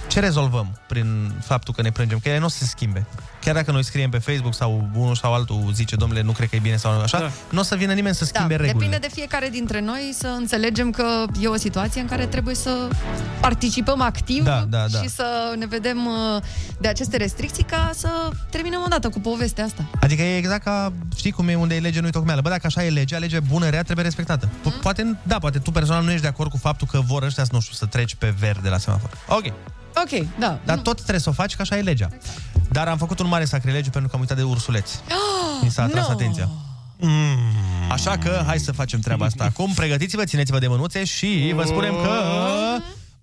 ce rezolvăm prin faptul că ne plângem? Că ele nu o să se schimbe. Chiar dacă noi scriem pe Facebook sau unul sau altul zice, domnule, nu cred că e bine sau așa, da. nu o să vină nimeni să schimbe da, regulile. depinde de fiecare dintre noi să înțelegem că e o situație în care trebuie să participăm activ Da, da, da. și să ne vedem uh, de aceste restricții ca să terminăm odată cu povestea asta. Adică e exact ca, știi cum e, unde e lege, nu-i tocmeală. Bă, dacă așa e legea, legea bună, rea, trebuie respectată. Po- poate, da, poate tu personal nu ești de acord cu faptul că vor ăștia, să, nu știu, să treci pe verde la semafor. Ok. Ok, da. Dar tot trebuie să o faci, că așa e legea. Dar am făcut un mare sacrilegiu pentru că am uitat de ursuleți. Mi s-a atras No. atenția. Mm. Așa că hai să facem treaba asta acum. Pregătiți-vă, țineți-vă de mânuțe și vă spunem că...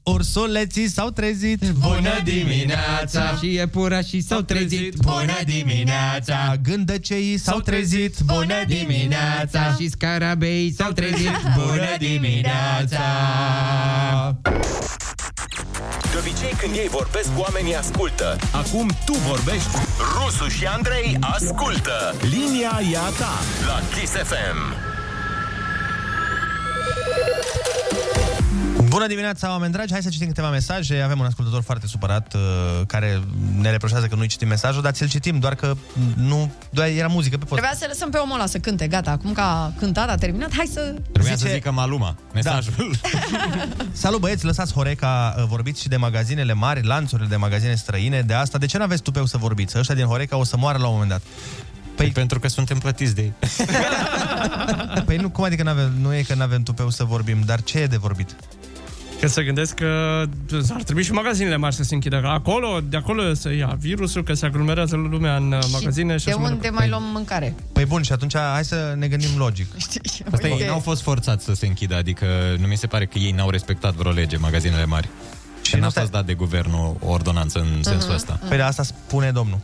Ursuleții s-au trezit Bună dimineața! Și iepurașii s-au trezit Bună dimineața! Da, Gândăceii s-au trezit Bună dimineața! Și scarabeii s-au trezit Bună dimineața! De obicei când ei vorbesc, oamenii ascultă. Acum tu vorbești. Rusu și Andrei ascultă. Linia e a ta. La Kiss FM. Bună dimineața, oameni dragi! Hai să citim câteva mesaje. Avem un ascultător foarte supărat uh, care ne reproșează că nu-i citim mesajul, dar ți-l citim, doar că nu... Doar era muzică pe post. Trebuia să lăsăm pe omul ăla să cânte, gata, acum că a cântat, a terminat, hai să... Trebuia Zice... să zică Maluma, mesajul. Da. Salut băieți, lăsați Horeca, uh, vorbiți și de magazinele mari, lanțurile de magazine străine, de asta. De ce n-aveți tupeu să vorbiți? Ăștia din Horeca o să moară la un moment dat. Păi... Pentru că suntem plătiți de ei. păi nu, cum adică n-avem, nu e că n-avem tupeu să vorbim, dar ce e de vorbit? Că se gândesc că ar trebui și magazinele mari să se închidă. Că Acolo, de acolo să ia virusul, că se aglomerează lumea în uh, magazine și de așa mai unde mai luăm mâncare? Păi bun, și atunci hai să ne gândim logic. Asta Uite. ei n-au fost forțați să se închidă, adică nu mi se pare că ei n-au respectat vreo lege, magazinele mari. Și n-a fost dat de guvernul o ordonanță Mhm, în sensul ăsta. Păi da, asta spune domnul.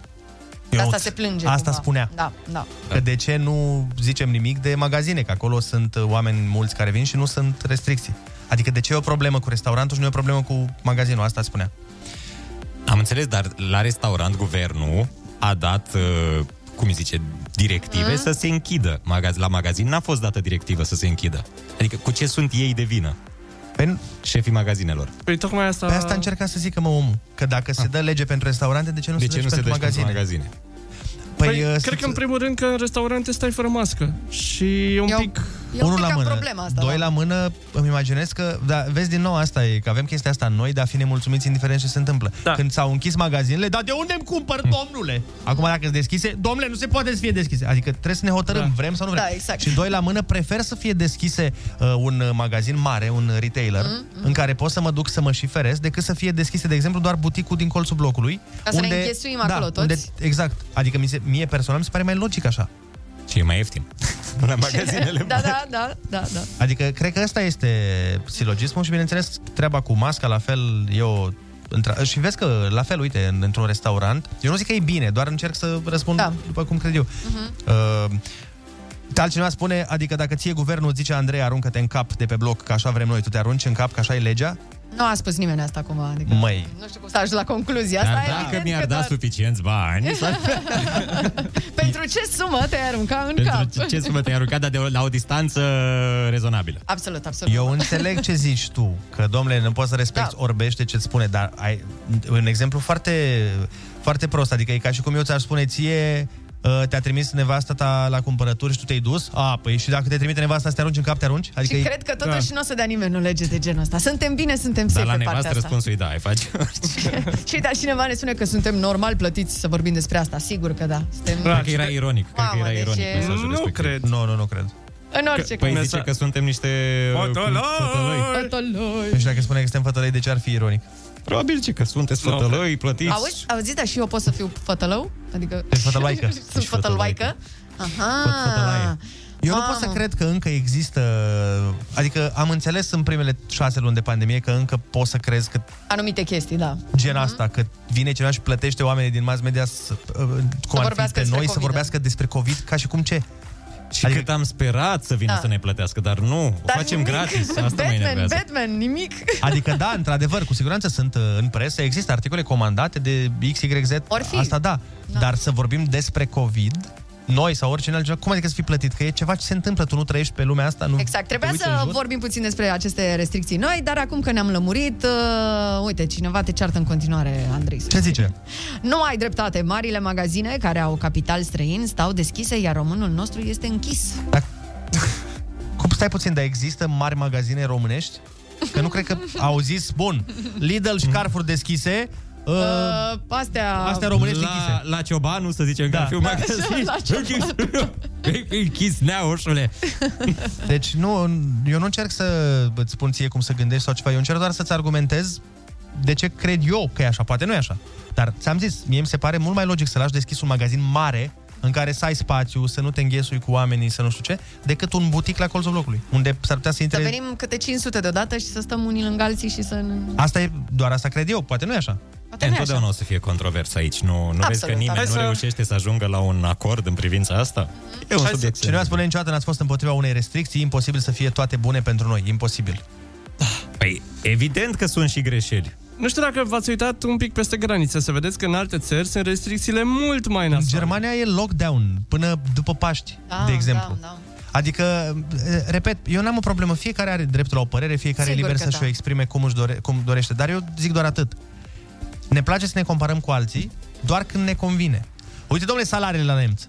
De asta se plânge. Asta cumva. spunea. Da, da. Că de ce nu zicem nimic de magazine, că acolo sunt uh, oameni mulți care vin și nu sunt restricții. Adică de ce e o problemă cu restaurantul și nu e o problemă cu magazinul, asta spunea. Am înțeles, dar la restaurant guvernul a dat, uh, cum îi zice, directive Mm. mm? să se închidă. Magaz- La magazin n-a fost dată directivă să se închidă. Adică cu ce sunt ei de vină? Păi Pen... Șefii magazinelor. Păi tocmai asta... Pe asta încerca să zică, mă, omul, că dacă se dă lege pentru restaurante, de ce nu Ah. De se ce dă nu și se pentru dă și pentru magazine? magazine? Păi, Păi, uh, cred că în primul rând că în restaurante stai fără mască și e un pic... Unul la mână, doi la mână, îmi imaginez că, da, vezi din nou asta e, că avem chestia asta în noi, dar fi nemulțumiți indiferent ce se întâmplă. Da. Când s-au închis magazinele, dar de unde îmi cumpăr, domnule? Acum dacă sunt deschise, domnule, nu se poate să fie deschise. Adică trebuie să ne hotărâm, da. vrem sau nu vrem. Da, exact. Și doi la mână, prefer să fie deschise uh, un uh, magazin mare, un retailer, Mm, mm, mm. în care pot să mă duc să mă și feresc, decât să fie deschise, de exemplu, doar buticul din colțul blocului. Ca să ne înghesuim da, acolo toți. Unde, exact. Adică mi se, mie personal mi se pare mai logic așa. Și e mai ieftin. la magazinele da, da, da, da, da. Adică, cred că ăsta este silogismul și, bineînțeles, treaba cu masca, la fel, eu... Intra... Și vezi că, la fel, uite, în- într-un restaurant, eu nu zic că e bine, doar încerc să răspund da. după cum cred eu. Mhm. Uh-huh. Altcineva spune, adică dacă ție guvernul îți zice Andrei, aruncă-te în cap de pe bloc, că așa vrem noi, tu te arunci în cap, că așa e legea, Nu a spus nimeni asta acum, adică... măi, Nu știu cum să ajung la concluzia asta. Dar dacă evident mi-ar că da doar- suficienți bani, s-ar Pentru ce sumă te-ai arunca în Pentru cap? ce- ce să mă te-ai aruncat, dar de o, la o distanță rezonabilă. Absolut, absolut. Eu înțeleg ce zici tu, că domnule, nu poți să respecti da. orbește ce-ți spune, dar ai un exemplu foarte, foarte prost, adică e ca și cum eu ți-aș spune ție, uh, te-a trimis nevasta ta la cumpărături și tu te-ai dus? A, păi și dacă te trimite nevasta să te arunci în cap, te arunci? Adică și cred că totuși da. nu o să dea nimeni o lege de genul ăsta. Suntem bine, suntem Dar safe Da, la pe partea nevastă asta. răspunsul e da, ai face. Și uite, cineva ne spune că suntem normal plătiți să vorbim despre asta. Sigur că da. Suntem... Cred că era ironic. Cred că Mamă, era deci ironic e- mesajul Nu respectiv. cred. Nu, nu, nu cred. În orice Păi caz. zice că suntem niște... Fotoloi! Fotoloi. Păi, Deci dacă spune că suntem fătălăi, de ce ar fi ironic? Probabil ce că sunteți fătălăi, plătiți. Auzi, auzi, dar și eu pot să fiu fătălău? Adică... Ești fătălaică. Sunt fătălaică? Aha. fătălaie. Ah. Eu nu pot să cred că încă există... Adică am înțeles în primele șase luni de pandemie că încă poți să crezi că Anumite chestii, da. gen asta, că vine cineva și plătește oamenii din mass media să, uh, cum ar fi vorbească pe despre noi, să COVID, da. vorbească despre COVID, ca și cum ce? Și adică... cât am sperat să vină Da. da. să ne plătească, dar nu, Dar o facem nimic. gratis. Asta mă Batman, enervează. Batman, nimic. Adică da, într-adevăr, cu siguranță sunt uh, în presă, există articole comandate de XYZ, Or fi. asta da, dar să vorbim despre COVID, noi sau oricine altcineva, cum adică să fii plătit? Că e ceva ce se întâmplă, tu nu trăiești pe lumea asta, nu Exact, te trebuia uiți să în jur? vorbim puțin despre aceste restricții noi, dar acum că ne-am lămurit, uh, uite, cineva te ceartă în continuare, Andrei. Ce zice? Nu ai dreptate, marile magazine care au capital străin stau deschise, iar românul nostru este închis. Cum stai puțin, dar există mari magazine românești? Că nu cred că au zis, bun, Lidl și Carrefour deschise, uh, Uh, astea... astea românești la, închise. La Ciobanu, să zicem, da. că ar fi un Da. magazin. La Ciobanu. Închis, nea, urșule. Deci nu, eu nu încerc să îți spun ție cum să gândești sau ceva, eu încerc doar să-ți argumentez de ce cred eu că e așa, poate nu e așa. Dar ți-am zis, mie mi se pare mult mai logic să lași deschis un magazin mare în care să ai spațiu, să nu te înghesui cu oamenii, să nu știu ce, decât un butic la colțul blocului, unde s-ar putea să Să intre... venim câte 500 deodată și să stăm unii lângă alții și să... ne- Asta e, doar asta cred eu, poate nu e așa. Poate nu e Întotdeauna o să fie controversă aici. Nu, nu vezi că Absolut, nimeni absolut. nu reușește să ajungă la un acord în privința asta? E un Hai să- subiect. Cineva spune niciodată n-ați fost împotriva unei restricții, imposibil să fie toate bune pentru noi, imposibil. Păi, evident că sunt și greșeli. Nu știu dacă v-ați uitat un pic peste graniță, să vedeți că în alte țări sunt restricțiile mult mai nasoale. În Germania e lockdown până după Paști, Da, de exemplu. da, Adică, e, repet, eu n-am o problemă. Fiecare are dreptul la o părere, fiecare Sigur e liber că să-și da. o exprime cum, își dore, cum dorește. Dar eu zic doar atât. Ne place să ne comparăm cu alții doar când ne convine. Uite, domnule, salariile la nemți.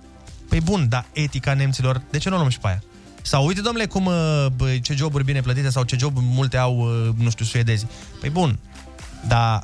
Păi bun, dar etica nemților, de ce nu o luăm și pe aia? Sau uite, domnule, cum, uh, bă, ce joburi bine plătite sau ce job multe au, uh, nu știu, suedezi. Păi bun, dar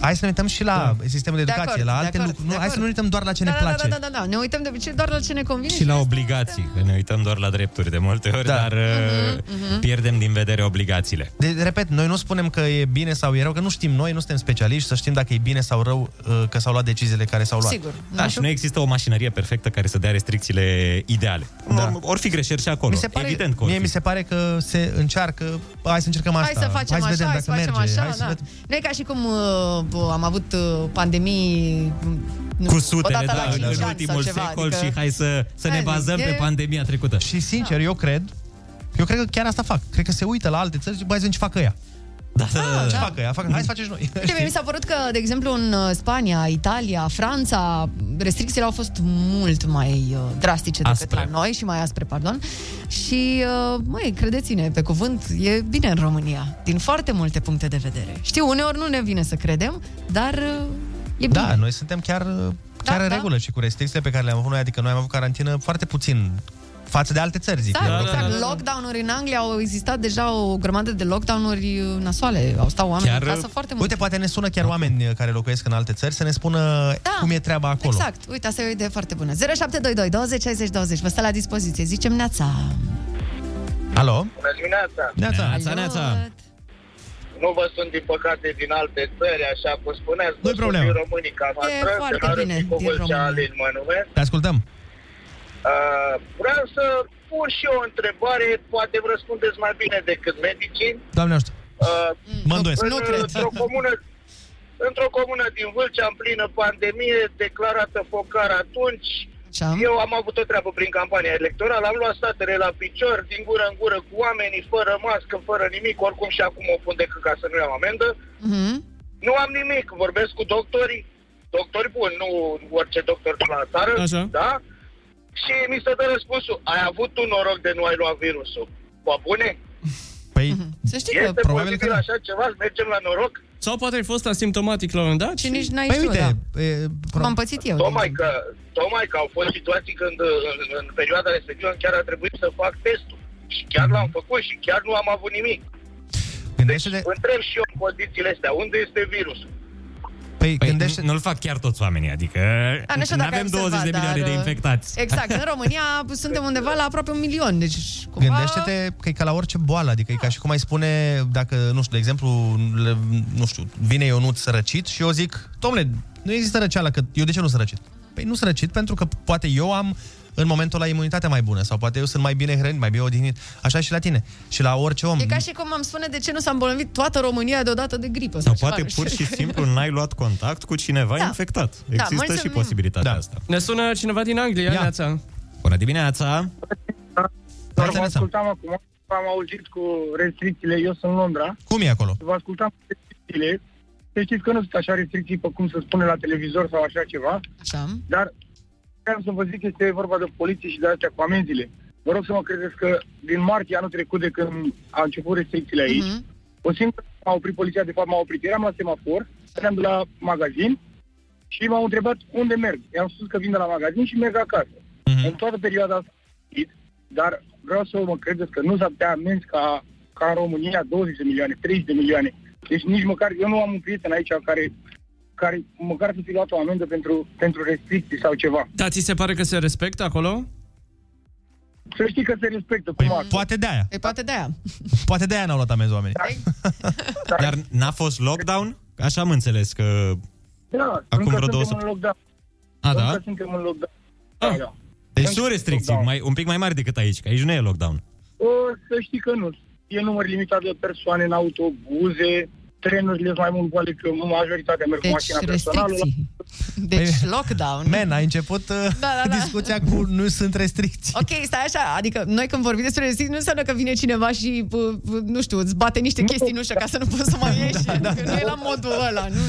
hai să ne uităm și la sistemul de Da. De educație, acord, la de alte acord, lucruri. de Nu, hai să nu ne acord. uităm doar la ce da, ne da, place. Da, da, da, da, ne uităm de obicei doar la ce ne convine Și la obligații, că ne uităm doar la drepturi de multe ori, da. dar uh, mhm. pierdem din vedere obligațiile. De, repet, noi nu spunem că e bine sau e rău, că nu știm noi, nu suntem specialiști să știm dacă e bine sau rău uh, că s-au luat deciziile care s-au luat. Da, și nu există o mașinărie perfectă care să dea restricțiile ideale. Da. Or fi greșeli și acolo. Mi se pare, Evident că or mie fi. mi se pare că se încearcă, hai să încercăm asta. Hai să facem hai să așa, vedem hai dacă să facem merge. așa, hai să da. vedem. Nu e ca și cum uh, bă, am avut uh, pandemii nu, cu știu, sutele, odată da, la 5 în ani ultimul sau ceva, secol adică... și hai să, să ne Hai, bazăm e- pe pandemia trecută. Și sincer, eu cred, eu cred că chiar asta fac. Cred că se uită la alte țări și zic, băi, să vedem ce fac ăia. Da, Ce fac ăia? Fac, hai să facem și noi. Ah, Uite, mie mi s-a părut că, de exemplu, în uh, Spania, Italia, Franța, restricțiile au fost mult mai uh, drastice decât Aspre. la noi și mai aspre, pardon. Și, uh, măi, credeți-ne, pe cuvânt, e bine în România, din foarte multe puncte de vedere. Știu, uneori nu ne vine să credem, dar uh, e bine. Da, Da, noi suntem chiar, chiar în regulă și cu restricțiile pe care le-am avut noi, adică noi am avut carantină foarte puțin față de alte țări, zic. Exact, eu, da, exact. europene. Da, da, da. Lockdown-uri în Anglia au existat deja o grămadă de lockdown-uri uh, nasoale. Au stat oameni chiar... în casă foarte mult. Uite, poate ne sună chiar oameni uh, care locuiesc în alte țări să ne spună da. cum e treaba acolo. Exact, uite, asta e o idee foarte bună. 0722 20 60 20, vă stă la dispoziție. Zicem neața. Alo? Bună dimineața! Neața. Neața, neața. Nu vă sunt, din păcate, din alte țări, așa cum spuneați. Nu-i Vă problemă. sunt Din România, cam E atrăs, foarte în bine, din România. Alin mă numesc. Te ascultăm. Uh, vreau să pun și eu o întrebare, poate vă răspundeți mai bine decât medicii. Doamne ajută. Uh, Mă îndoiesc. în- Nu cred. Într-o comună, într-o comună din Vâlcea, în plină pandemie, declarată focar atunci, eu am avut o treabă prin campania electorală, am luat statele la picior, din gură în gură cu oamenii, fără mască, fără nimic, oricum și acum o pun de ca să nu iau amendă. Mhm. Nu am nimic, vorbesc cu doctorii, doctori buni, nu orice doctor de la țară, Așa. da? Și mi se dă răspunsul, ai avut un noroc de nu ai luat virusul. Bă, bune? Păi, Mhm. Să știi este probabil că așa ceva, să mergem la noroc? Sau poate ai fost asimptomatic la un moment dat Și nici n-ai Păi știut, uite, da. e, M-am pățit eu. Tocmai că, tocmai că au fost situații când în, în perioada respectivă chiar a trebuit să fac testul. Și chiar l-am făcut și chiar nu am avut nimic. Gândește-te... Deci, întreb și eu în condițiile astea, unde este virusul? Păi, păi gândește... nu-l fac chiar toți oamenii, adică Da, nu știu nu dacă ai avem 20 de observat, milioane dar, de uh, infectați. Exact, în România suntem undeva la aproape un milion, deci cumva... Gândește-te că e ca la orice boală, adică e ca și cum ai spune, dacă, nu știu, de exemplu, le- nu știu, vine Ionuț sărăcit și eu zic, domnule, nu există răceală, că eu de ce nu sărăcit? Păi nu sărăcit pentru că poate eu am în momentul la imunitatea mai bună sau poate eu sunt mai bine hrănit, mai bine odihnit, așa și la tine și la orice om. E ca și cum am spune de ce nu s-a îmbolnăvit toată România deodată de gripă. Sau ceva, poate nu știu. pur și simplu n-ai luat contact cu cineva Da. infectat. Da, Există și mulțumim. posibilitatea Da. asta. Ne sună cineva din Anglia, Ia. Neața. Bună dimineața! Dar vă ascultam acum, am auzit cu restricțiile, eu sunt în Londra. Cum e acolo? Vă ascultam cu restricțiile. Să știți că nu sunt așa restricții pe cum se spune la televizor sau așa ceva. Așa. Dar vreau să vă zic că este vorba de poliție și de astea cu amenziile. Vă rog să mă credeți că din martie anul trecut de când a început restricțiile aici, o singură m-a oprit poliția, de fapt m-a oprit. Eram la semafor, eram de la magazin și m-au întrebat unde merg. I-am spus că vin de la magazin și merg acasă. În toată perioada asta, dar vreau să mă credeți că nu s-ar putea amenzi ca, ca în România 20 de milioane, 30 de milioane. Deci nici măcar, eu nu am un prieten aici care, care măcar să fi luat o amendă pentru, pentru restricții sau ceva. Da, ți se pare că se respectă acolo? Să știi că se respectă. Păi, poate de-aia. E poate de aia. Poate de-aia n-au luat amenzi oamenii. Dar n-a fost lockdown? Așa am înțeles că... Da, Acum încă vreo două suntem în lockdown. A, da? Încă suntem în lockdown. Da, da. Deci sunt restricții, mai, un pic mai mari decât aici, că aici nu e lockdown. O, să știi că nu. E număr limitat de persoane în autobuze, trenurile sunt mai mult goale că majoritatea merg Deci, cu mașina personală. restricții. Păi Deci lockdown. Man, ai început uh, Da, da, da. discuția cu nu sunt restricții. Ok, stai așa, adică noi când vorbim despre restricții, nu înseamnă că vine cineva și, bă, bă, nu știu, îți bate niște chestii în ușă ca să nu poți să mai ieși, da, da, adică da. nu e la modul ăla, nu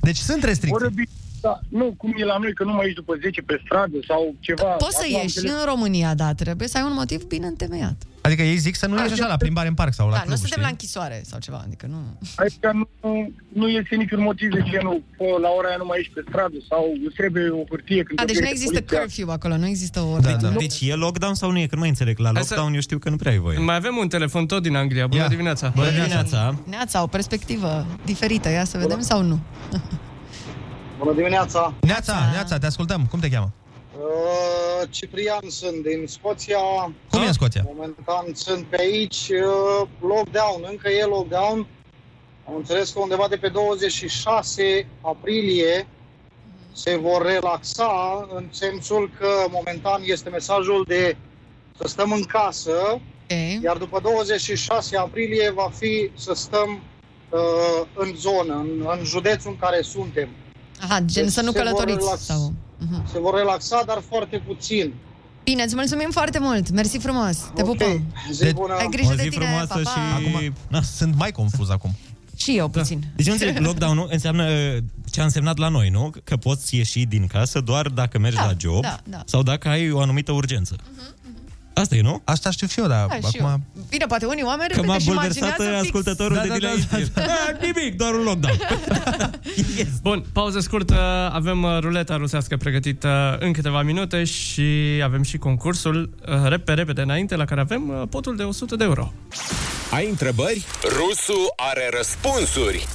Deci sunt restricții. Vorbi, da, nu, cum e la noi, că nu mai ești după 10 pe stradă sau ceva. Poți să Acum am ieși înțeles- în România, da, trebuie să ai un motiv bine întemeiat. Adică ei zic să nu ieși așa la plimbare în parc sau la da, club, nu suntem știi? la închisoare sau ceva, adică nu... Adică nu, nu este niciun motiv de genul că la ora aia nu mai ești pe stradă sau îți trebuie o hârtie când A, te deci nu oprește există poliția. curfew acolo, nu există o Da, ordine. Deci e lockdown sau nu e? Că nu mai înțeleg. La lockdown eu știu că nu prea ai voie. Mai avem un telefon tot din Anglia. Bună dimineața! Bună dimineața! Neața, o perspectivă diferită, ia să vedem sau nu. Bună dimineața! Neața, Neața, te ascultăm. Cum te cheamă? Uh, Ciprian sunt din Scoția. Cum e în Scoția? Momentan sunt pe aici. Uh, lockdown, încă e lockdown. Am înțeles că undeva de pe 26 aprilie se vor relaxa în sensul că momentan este mesajul de să stăm în casă, okay. iar după 26 aprilie va fi să stăm uh, în zonă, în, în județul în care suntem. Aha, gen Deci să nu se vor călătoriți. relaxa. Sau... Mhm. Se vor relaxa, dar foarte puțin. Bine, îți mulțumim foarte mult, mersi frumos, te pupăm. Ai grijă de tine, pa, pa. Acum, na, sunt mai confuz acum. Și eu puțin. Deci eu înțeleg, lockdown-ul înseamnă uh, ce a însemnat la noi, nu? Că poți ieși din casă doar dacă mergi Da, la job da, da. sau dacă ai o anumită urgență. Asta e, nu? Asta știu eu, dar Da, și eu. Bine, poate unii oameni Că m-a repede și bulversat imaginează fix. Da, ascultătorul de dinainte. Ah, Nimic, doar un lockdown. Bun, pauză scurtă. Avem uh, ruleta rusească pregătită în câteva minute și avem și concursul uh, repede, repede înainte, la care avem uh, potul de 100 de euro. Ai întrebări? Rusu are răspunsuri.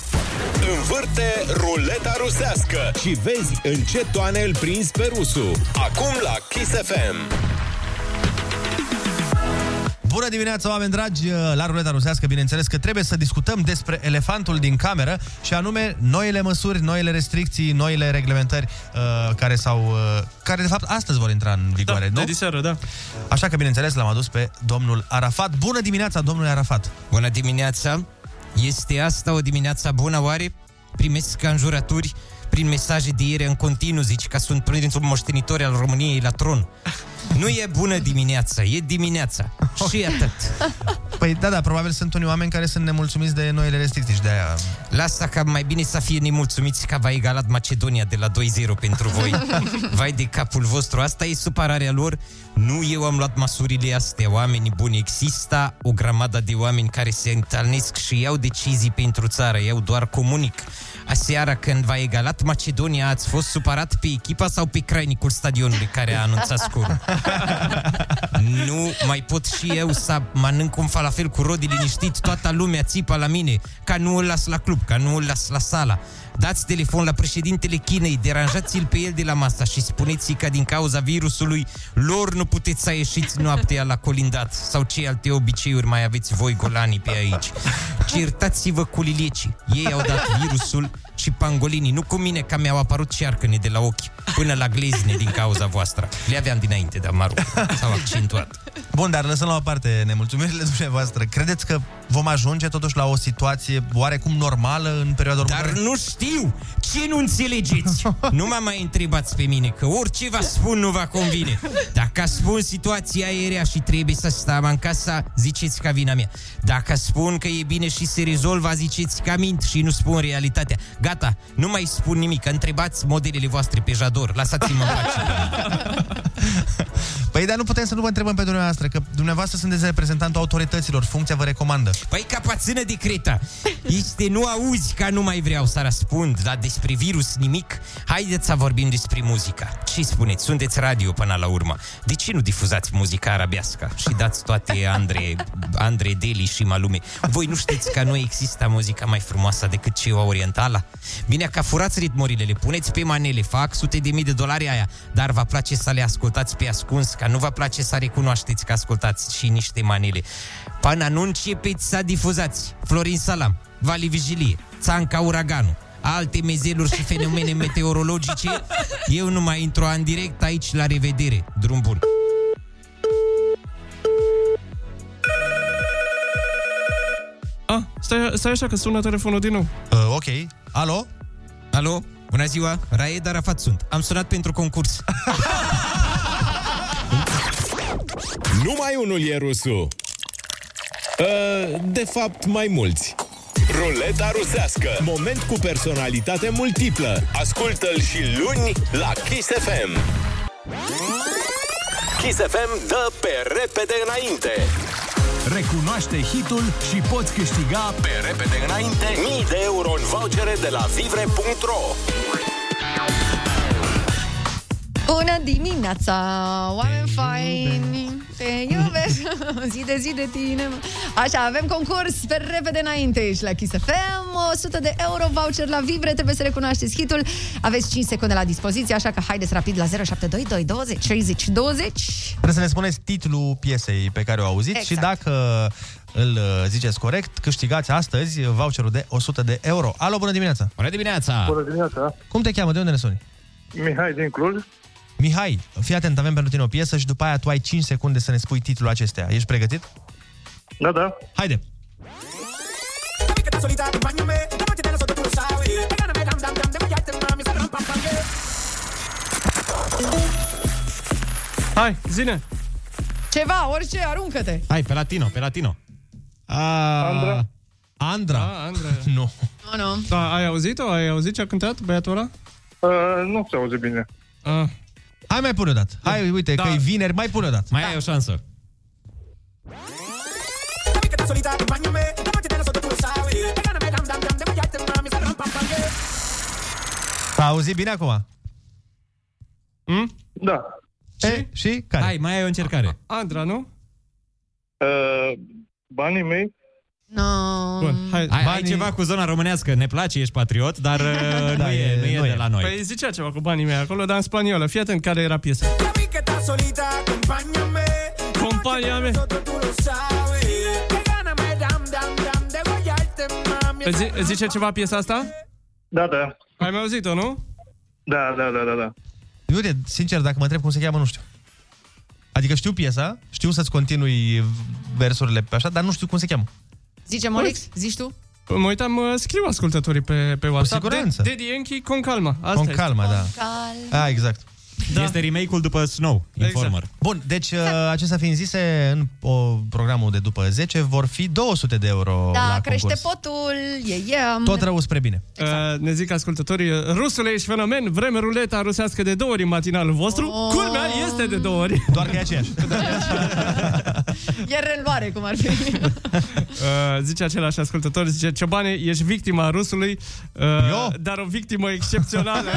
Învârte ruleta rusească și vezi în ce toane îl prinzi pe Rusu. Acum la Kiss FM. Bună dimineața, oameni dragi! uh, La ruleta rusească, bineînțeles că trebuie să discutăm despre elefantul din cameră și anume noile măsuri, noile restricții, noile reglementări uh, care s-au... Uh, care, de fapt, astăzi vor intra în vigoare, da, nu? de diseară, da. Așa că, bineînțeles, l-am adus pe domnul Arafat. Bună dimineața, domnule Arafat! Bună dimineața! Este asta o dimineață bună, oare? Primesc ca înjurături prin mesaje de ieri în continuu, zici că sunt prințul moștenitor al României la tron. Nu e bună dimineața, e dimineața. Și atât. Păi da, da, probabil sunt unii oameni care sunt nemulțumiți de noile restricții și de aia... Lasă că mai bine să fie nemulțumiți că v-a egalat Macedonia de la 2-0 pentru voi. Vai de capul vostru, asta e supărarea lor. Nu eu am luat măsurile astea, oamenii buni. Există o grămadă de oameni care se întâlnesc și iau decizii pentru țară, eu doar comunic. Aseară când v-a egalat Macedonia, ați fost supărat pe echipa sau pe crainicul stadionului care a anunțat scorul? Nu mai pot și eu să mănânc un falafel cu rodi liniștit Toată lumea țipa la mine Ca nu îl las la club, ca nu îl las la sala Dați telefon la președintele Chinei Deranjați-l pe el de la masă Și spuneți că din cauza virusului Lor nu puteți să ieșiți noaptea la colindat Sau ce alte obiceiuri mai aveți voi golanii pe aici Certați-vă cu liliecii Ei au dat virusul și pangolinii Nu cu mine, că mi-au apărut cearcăne de la ochi Până la glezne din cauza voastră Le aveam dinainte, dar mă rog S-au accentuat Bun, dar lăsăm la o parte nemulțumirile dumneavoastră. Credeți că vom ajunge totuși la o situație oarecum normală în perioada următoare? Dar nu știu! Ce nu înțelegeți? Nu mă mai întrebați pe mine, că orice vă spun nu vă convine. Dacă spun situația e rea și trebuie să stăm în casa, ziceți ca vina mea. Dacă spun că e bine și se rezolvă, ziceți că mint și nu spun realitatea. Gata, nu mai spun nimic, întrebați modelele voastre pe jador, lăsați-mă în pace. Păi, dar nu putem să nu vă întrebăm pe dumneavoastră, că dumneavoastră sunteți reprezentantul autorităților, funcția vă recomandă. Păi ca pațână de creta Este nu auzi ca nu mai vreau să răspund Dar despre virus nimic Haideți să vorbim despre muzica Ce spuneți? Sunteți radio până la urmă Deci și nu difuzați muzica arabească și dați toate Andre, Andre Deli și Malume. Voi nu știți că nu există muzica mai frumoasă decât cea orientală? Bine că furați ritmurile, le puneți pe manele, fac sute de mii de dolari aia, dar vă place să le ascultați pe ascuns, că nu vă place să recunoașteți că ascultați și niște manele. Până nu începeți să difuzați Florin Salam, Vali Vigilie, Țanca Uraganu, alte mezeluri și fenomene meteorologice. Eu nu mai intru în direct aici, la revedere. Drum bun. Ah, stai, stai așa că sună telefonul din nou. Uh, ok. Alo? Alo? Bună ziua, Raed Arafat sunt. Am sunat pentru concurs. Numai unul e rusul. Uh, De fapt, mai mulți. Ruleta rusească. Moment cu personalitate multiplă. Ascultă-l și luni la Kiss FM. Kiss FM dă pe repede înainte. Recunoaște hitul și poți câștiga Pe repede înainte, mii de euro în vouchere de la vivre.ro. Bună dimineața, oameni faini! Te iubesc! zi de zi de tine! mă. Așa, avem concurs pe repede înainte aici la Kiss FM. 100 de euro voucher la Vibre, trebuie să recunoașteți hitul. Aveți 5 secunde la dispoziție, așa că haideți rapid la 0722 20 30 20. Trebuie să ne spuneți titlul piesei pe care o auziți exact. și Exact. dacă îl uh, ziceți corect, câștigați astăzi voucherul de 100 de euro. Alo, bună dimineața! Bună dimineața! Bună dimineața! Cum te cheamă? De unde ne suni? Mihai din Cluj. Mihai, fii atent, avem pentru tine o piesă și după aia tu ai 5 secunde să ne spui titlul acesteia. Ești pregătit? Da, da. Haide! Hai, zine! Ceva, orice, aruncă-te! Hai, pe latino, pe latino. A... Andra. Andra. Ah, Andra. nu. Nu, nu. Da, ai auzit-o? Ai auzit ce a cântat băiatul ăla? Uh, nu se auze bine. Ah. Hai mai pune o dată. Hai, uite, da. că e vineri, mai pune o dată. Mai da. ai o șansă. S-a Da. auzit bine acum? Mm? Da. E, și care? Hai, mai ai o încercare. Andra, nu? Uh, banii mei? No. Mm. Bun, hai. Ai, ai ceva cu zona românească, ne place, ești patriot, dar uh, nu, Da, e, nu, e, nu e de la noi. Păi zicea ceva cu banii mei acolo, dar în spaniolă. Fii atent care era piesa. Compania mea. Zi, zice ceva piesa asta? Da, da. Ai mai auzit-o, nu? Da, da, da, da, da. Uite, sincer, dacă mă întreb cum se cheamă, nu știu. Adică știu piesa, știu să-ți continui versurile pe așa, dar nu știu cum se cheamă. Zice, Păi. Molix, zici tu? Mă uitam, uh, scriu ascultătorii pe, pe WhatsApp. siguranță. De, Daddy Yankee, con calma. Asta Asta Con este. calma, da. Cal. A, exact. Da. Este remake-ul după Snow, Informer. Exact. Bun, deci uh, acestea fiind zise, în o, programul de după 10 vor fi 200 de euro Da, la crește concurs. potul, e yeah. Tot rău spre bine. Uh, ne zic ascultătorii, uh, rusule, ești fenomen, vreme ruleta rusească de două ori în matinalul vostru, Oh. culmea este de două ori. Da. Doar că e aceeași. E reluare, cum ar fi. Uh, zice același ascultător, zice, Ciobane, ești victima rusului, uh, Eu? dar o victimă excepțională.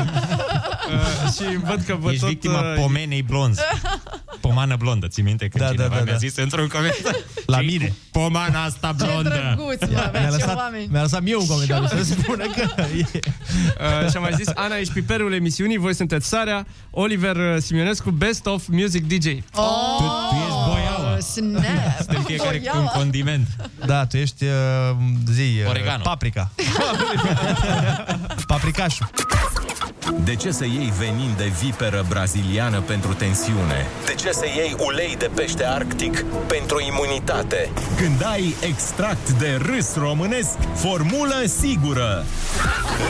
uh, și văd că vă Ești tot... victima uh, pomenei blonzi. Pomană blondă, ții minte când Da, da, da, cineva da, da, da, mi-a da. zis într-un comentariu? La "Ce-i mine." cu Pomana asta Ce blondă. drăguț, mă, avea, Mi-a ce lăsat, oameni. mi-a lăsat mie un comentariu să spună că e... Uh, și am mai zis, Ana, ești piperul emisiunii, voi sunteți Sarea, Oliver uh, Simionescu, Best of Music DJ. Oh, Tu, tu ești boiaua. snap! Suntem fiecare cu un Boiaua. condiment. Da, tu ești uh, zi, uh, Oregano. paprika. Paprikașul. De ce să iei venin de viperă braziliană pentru tensiune? De ce să iei ulei de pește arctic pentru imunitate? Când ai extract de râs românesc, formulă sigură.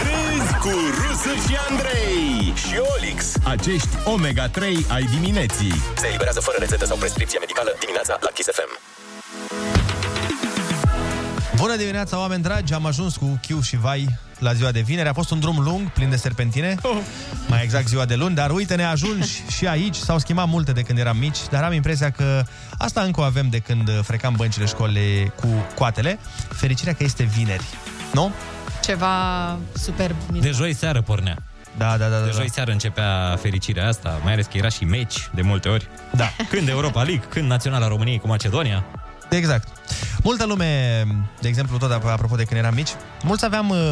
Râzi cu Rusu și Andrei și Olix. Acești omega-3 ai dimineții. Se eliberează fără rețetă sau prescripție medicală dimineața la Kiss FM. Bună dimineața, oameni dragi! Am ajuns cu Chiu și Vai la ziua de vineri. A fost un drum lung, plin de serpentine, mai exact ziua de luni, dar uite, ne ajungi și aici. S-au schimbat multe de când eram mici, dar am impresia că asta încă o avem de când frecam băncile școlii cu coatele. Fericirea că este vineri, nu? Ceva superb. De joi seară pornea. Da, da, da. De joi seară începea fericirea asta, mai ales că era și meci de multe ori. Da. Când Europa League, când Naționala României cu Macedonia. Exact. Multă lume, de exemplu, tot ap- apropo de când eram mici, mulți aveam uh,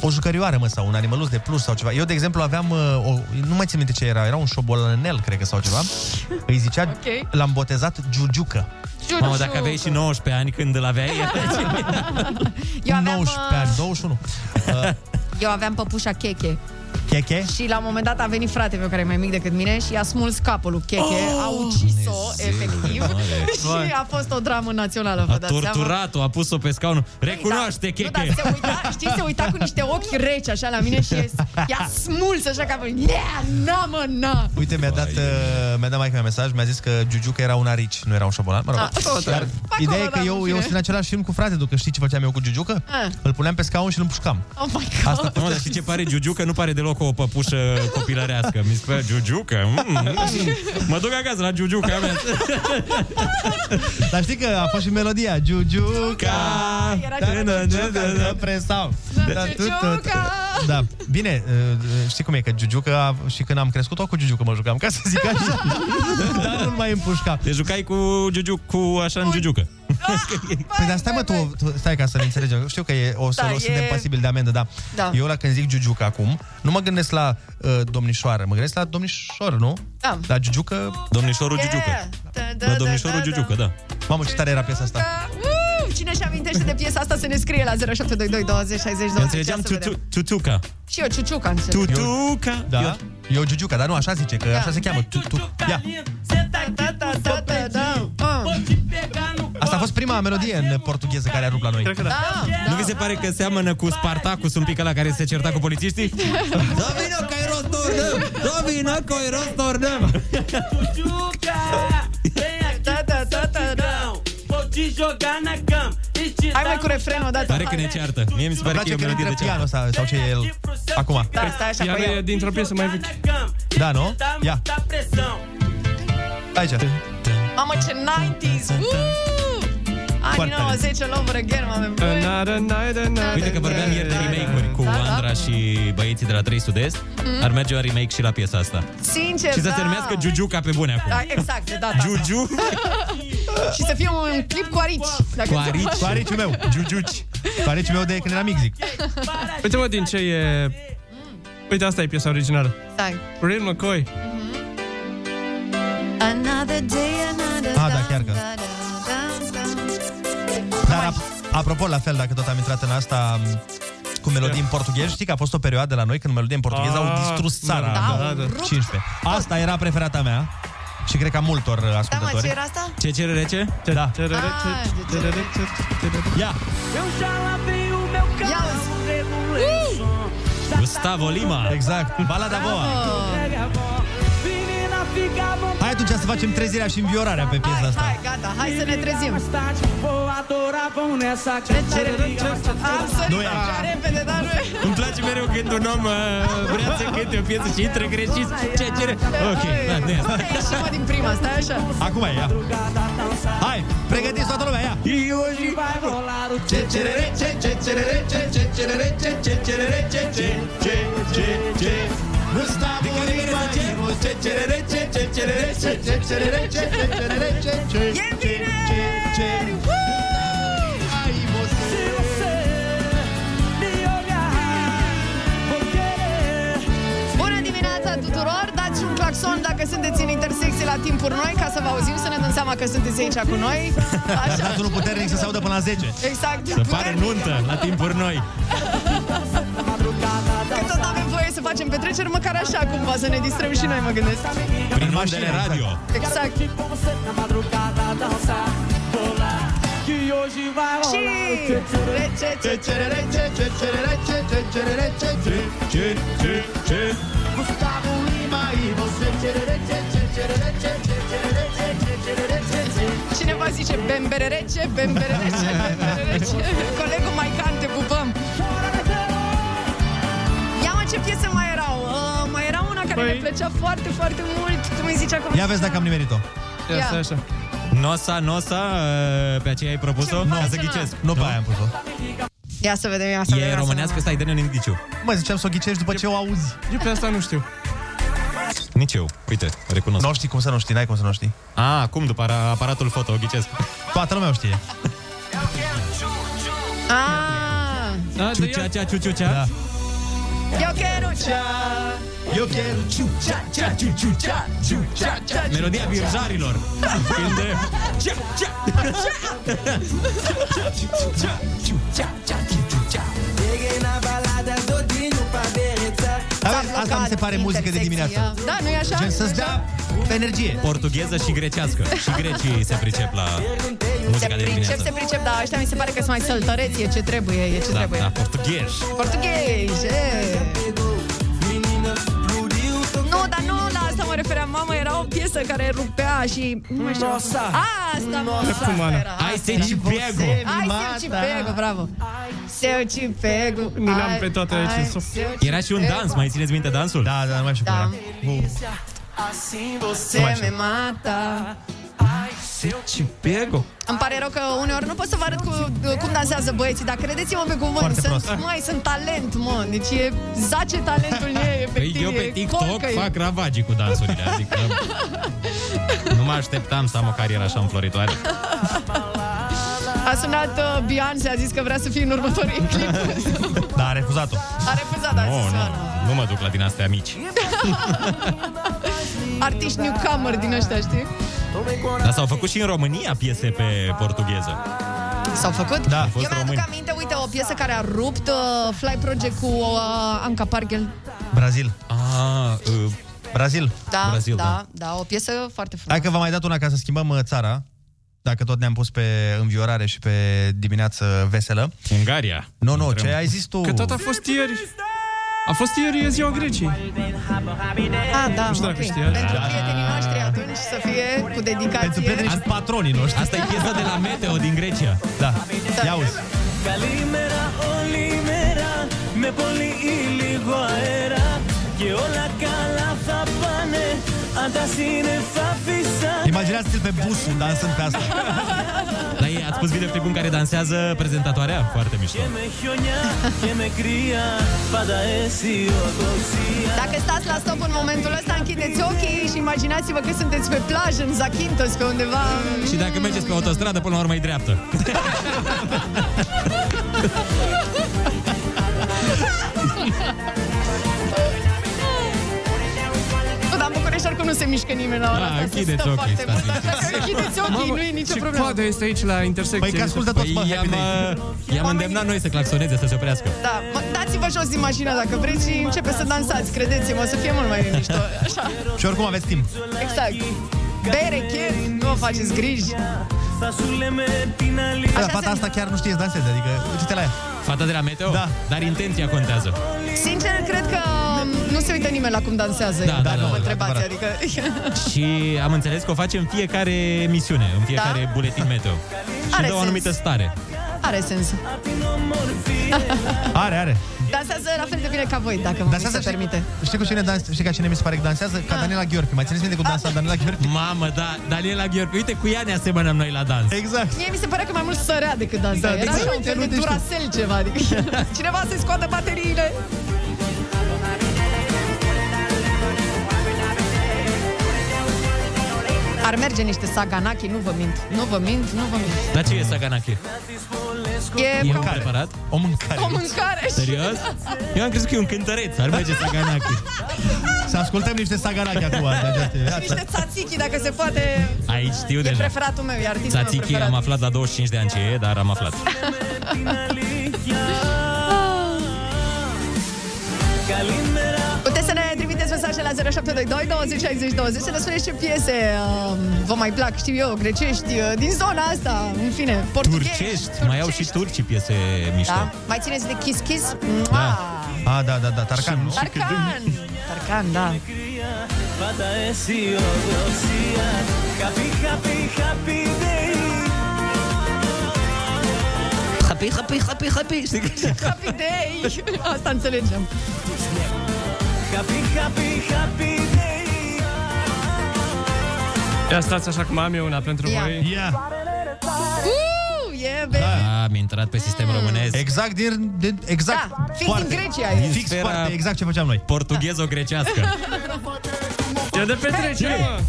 o jucărioară, mă, sau un animăluț de plus sau ceva. Eu, de exemplu, aveam, uh, o, nu mai țin minte ce era, era un șobolanel, cred că, sau ceva. Îi zicea, okay. l-am botezat Giugiucă. Giugiucă. Mamă, dacă aveai și 19 ani când îl aveai, Eu aveam, uh, 19 ani, 21. Uh, Eu aveam păpușa Cheche. Cheche? Și la un moment dat a venit fratele meu care e mai mic decât mine și i-a smuls capul lui Cheche, oh! a ucis-o, efectiv. și a fost o dramă națională, vă A dați seama. torturat-o, a pus-o pe scaunul. Păi da, Recunoaște, Nu, dar Cheche! se uita, știi, Da, se uita cu niște ochi reci așa la mine și e- i-a smuls așa capul. Yeah, na, mă, na! Uite, mi-a dat, uh, mi-a dat maica mea mesaj, mi-a zis că Giugiucă era un arici, nu era un șobolan, mă rog. Ah, tot, Dar acolo, ideea e că da, în eu, fine. eu sunt în același film cu frate, tu, că știi ce făceam eu cu Giugiucă? Ah. Îl puneam pe scaun și îl împușcam. Oh my Păi God. Asta da. nu, dar și ce pare Giugiucă nu pare deloc o păpușă copilărească. Mi se pare Giugiucă. Mm, mm. Mă duc acasă la Giugiuca mea. Dar știi că a fost și melodia Giugiuca Era Da, Giugiuca. da, da, da, presau. Da, Da, tu, Giugiuca. tu, tu. Da, bine, uh, știi cum e, că Giugiuca Și când am crescut, tot cu Giugiuca mă jucam Ca să zic așa Dar nu-l mai împușca Da. Te jucai cu Giugiuc, cu așa în Giugiucă. Păi dar stai mă tu, tu stai ca să ne înțelegem Știu că e, o să Da, da, o e- suntem pasibil de amendă, da. Da. Eu la când zic Giugiuca acum Nu mă gândesc la uh, domnișoară Mă gândesc la domnișor, nu? Da. La Giugiucă Domnișorul Yeah. Da, da, La da, domnișorul da, da. Giugiucă, da Mamă, ce tare era piesa asta Uh, Cine și amintește de piesa asta să ne scrie la 0722 20 60 20. Eu înțelegeam Ia să vedem. tutu- Tutuca. Și eu Ciuciuca înțeleg. Tutuca. Da? Eu Giugiuca, dar nu așa zice, că Da. așa se cheamă tu, tu. Ia. Asta a fost prima melodie în portugheză care a rupt la noi Cred că da. Nu vi se pare că seamănă cu Spartacus un pic la care se certa cu polițiștii? Da, vino că ai rostornăm! Da, vino că ai rostornăm! Da, da, da, da, da. Hai mai cu refrenul odată. Pare că ne ceartă. Mie mi se pare Îmi că e o place că melodie de ceartă. intră pianul ăsta, sau ce e el Acum Da, stai așa Iar cu e dintr-o piesă mai veche. Da, nu? Ia, aici Mamă, ce 90s! Uh! Anii Foarte tare. 90, love again, mame. Uite că vorbeam ieri de remake-uri cu Andra și băieții de la 3 Sud-Est. Mhm. Ar merge un remake și la piesa asta. Sincer, Și să da. se numească Giugiuca pe bune acum. Da, exact, de data Giugiu. asta. și să fie un clip cu arici. dacă Cu se arici. poate. Cu ariciul meu, Giugiuci Cu ariciul meu de când eram mic, zic Uite mă din ce e... Mm. Uite, asta e piesa originală. Stai. Real McCoy. Another day, another Ah, da, chiar că. Dar ap- apropo, la fel, dacă tot am intrat în asta m, cu melodii în portughez, știi că a fost o perioadă la noi când melodii în portughez Ah, au distrus țara. da, în da, da. 15. Asta era preferata mea și cred că a multor uh, ascultători. Da, ce era Ah, asta? Ce cere rece? Da. Ia. Ia um uzi. Gustavo Lima. Exact. Balada voa. Hai atunci să facem trezirea și înviorarea pe piesa asta. Hai, gata, hai să ne trezim. Ah, Am sărit Nu e așa repede, tá, dar nu é? e. Îmi place mereu când un om uh, vrea să cânte o piesă și intră greșit. Ce cere? Ok, da, nu e asta. Stai, ieșim, mă, din prima, stai așa. Acum e ea. Hai, pregătiți toată lumea, ia. Ce cerere, ce, ce cerere, ce, ce cerere, ce, ce cerere, ce, ce, ce, ce, ce. Gustavo Lima, ce cerere, ce, ce cerere, ce, ce cerere, ce, ce cerere, ce, ce, ce, ce, ce. Bună dimineața tuturor! Dați un claxon dacă sunteți în intersecție la timpuri noi ca să vă auzim, să ne dăm seama că sunteți aici cu noi. Dar dați unul puternic să se audă până la 10. Exact. Să pare nuntă la timpuri noi. Că tot avem voie să facem petreceri, măcar așa cumva, să ne distrăm și noi, mă gândesc. Prin mașină, radio. Exact. Și... Ce cerere, ce, ce cerere, ce, ce cerere, ce, ce, ce, ce, ce. Cineva zice bem bere rece, bem bere rece, bem bere rece. Colegul Maican, te pupăm. Ia mă, ce piese mai erau? Uh, mai era una care Păi. mi plăcea foarte, foarte mult. Tu mi zici acum. Ia vezi dacă am nimerit-o. Ia, Ia. stai așa. ă, Nosa, nosa, uh, pe aceea ai propus-o? Nu, să ghicesc. Nu, pe aia am pus-o. Ia să vedem, ia să vedem. E ia să românească, vedem. stai, dă-ne un indiciu. Mă, ziceam să o ghicești după ce o auzi. Eu pe asta nu știu. Nici eu. Uite, recunosc. Nu știi cum să nu știi, n-ai cum să nu știi. A, cum după ara- aparatul foto, o ghicesc. Toată lumea o știe. Ah, Ciucea, cea, ciuciucea. Da. eu quero cha. Eu quero ciucea, cha, ciucea, ciucea, cha. Melodia virjarilor. Când... Cea, cea, Cheguei na balada todinho pra derretar. Da, asta mi se pare muzică de dimineață. Da, nu-i așa? Gen să-ți dea energie. Portugheză și grecească. Și grecii se pricep la muzica de Pricep, dimineață. se pricep, dar ăștia mi se pare că sunt mai săltăreți, e ce trebuie, e ce Da, trebuie. da, portughezi. Portughezi, e. Nu, dar nu la asta mă refeream, mamă, era o piesă care rupea și... Nu mai știu. Nossa. Asta, mă, Nossa. asta era. Ai asta se era. ci pego. Ai se ci pego, bravo. Se ci pego. Nu le-am ai- pe toate aici ai în suf. se ci Era și un pego. dans, mai țineți minte dansul? Da, da, nu mai știu Da. Assim Se me mata. Și pego. Îmi pare rău că uneori nu pot să vă arăt cu, cum dansează băieții, dar credeți-mă pe cuvânt, Foarte sunt, prost. mai, sunt talent, mă, deci e, zace talentul ei, Păi efectiv, eu pe e TikTok colcă-i. fac ravagii cu dansurile, adică nu mă așteptam să am o carieră așa înfloritoare. A sunat uh, Beyoncé, a zis că vrea să fie în următorii clip. Da, a refuzat-o. A refuzat, a Nu, zis nu, "Oana." nu mă duc la din astea mici. Artiști newcomer din ăștia, știi? Dar s-au făcut și în România piese pe portugheză. S-au făcut? Da, au Eu fost mi-aduc români. aminte, uite, o piesă care a rupt uh, Fly Project cu uh, Anca Parghel. Brazil. Ah, uh, Brazil. Da, da, da, o piesă foarte frumoasă. Hai că v-am mai dat una ca să schimbăm uh, țara, dacă tot ne-am pus pe înviorare și pe dimineață veselă. Ungaria. Nu, nu, ce ai zis tu? Că tot a fost ieri. A fost ieri, e ziua Greciei. Ah, da, Nu știu dacă ok. știai. Pentru Da. prietenii noștri atunci să fie cu dedicație. Pentru prietenii și patronii noștri. Asta e piesa de la Meteo din Grecia. Da. Ia uzi. Καλημέρα όλη μέρα με πολύ ή λίγο αέρα και όλα καλά θα πάνε αν τα σύννεφα φυσάνε. Imaginează-ți pe busul dansând pe asta. Dar ei, ați pus video cum care dansează prezentatoarea? Foarte mișto. Και με χιονιά και με κρύα πάντα αισιοδοξία. Dacă stați la stop în momentul ăsta, închideți ochii și imaginați-vă că sunteți pe plajă, în Zakynthos, pe undeva. Și dacă mergeți pe autostradă, până la urmă e dreaptă. Nu, dar în București oricum nu se mișcă nimeni la ora Da, asta. se închideți stă ochii, foarte stați mult, liniștiți. așa că închideți ochii, nu e nicio ce problemă. coadă este aici la intersecție? Păi că ascultă toți, mă, i-am, Happy Days. I-am îndemnat noi să claxoneze, să se oprească. Da, mă, dați-vă jos din mașină dacă vreți și începe să dansați, credeți-mă, o să fie mult mai liniștit. Așa, Și oricum aveți timp. exact. Bere, chef, nu vă faceți griji. Θα σου λέμε την αλήθεια. Da, fata asta chiar nu știe să danseze, adică uite la ea. Fata de la Meteo? Da. Dar intenția contează. Sincer, cred că um, nu se uită nimeni la cum dansează. Da, da, dacă da, mă da, întrebați, adevărat. adică... Și am înțeles că o face în fiecare emisiune, în fiecare Da. buletin meteo. Și Are dă o sens. anumită stare. Are sens. Are, are. Dansează la fel de bine ca voi, dacă vă se știi, permite. Da. știi, cu cine dans, știi ca cine mi se pare că dansează? Ca Daniela Gheorghe. Mai țineți minte cu dansa Daniela Gheorghe? Mamă, da, Daniela Gheorghe, uite cu ea ne asemănăm noi la dans. Exact. Mie mi se părea că mai mult sărea decât dansa. Da, Era exact. așa un fel de durasel ceva. Adică, cineva să-i scoată bateriile. Ar merge niște saganaki, nu vă mint. Nu vă mint, nu vă mint. Dar ce e Saganaki? E, E un probabil- preparat? O mâncare. O mâncare. Serios? Eu am crezut că e un cântăreț, ar merge Saganaki. Să ascultăm niște sagaraki acum. de această Și viață. niște tzatziki, dacă se poate. Aici știu E deja. preferatul meu, e artistul meu Tzatziki preferat. am aflat la 25 de ani ce e, dar am aflat. Puteți să ne trimiteți mesaje la 0722 20 60 20 Să ne spuneți ce piese uh, vă mai plac, știu eu, grecești, uh, din zona asta, în fine, portughezi. Turcești, mai au și turcii piese mișto. Da? Mai țineți de Kiss Kiss? Mm. Da. Mua! A, da, da, da, Tarcan, nu? Tarcan! Tarcan, da. Πάντα αισιοδοξία Happy, happy, happy day Happy, happy, happy, happy. Știi că- Happy day! Asta înțelegem. Happy, happy, happy day Ia stați așa cum am eu una pentru Ia. voi. Ia. Uh, yeah, baby. Da, am intrat pe sistem românesc. Exact din... De, exact. Da, fix din Grecia e. Fix sfera foarte, exact ce făceam noi. Portughezo-grecească. Ce de petrecere, Hey! mă?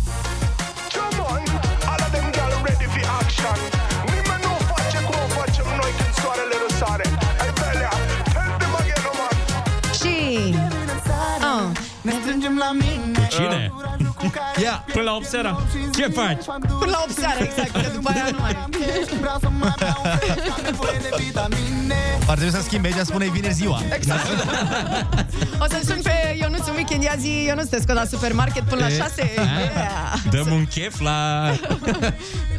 Și... Ah. Ne strângem la mine Cu cine? Ia, până Păi, la 8 seara. Ce faci? Până la 8 seara, exact, că după aia nu mai am Vreau să mai beau un sfert, am nevoie de vitamine Ar trebui să schimbe, ea spune vineri ziua. Exact. O să-l sun pe Ionuț un weekend, ia zi, Ionuț, te scot la supermarket până la E? 6. Ah. Dăm un chef la,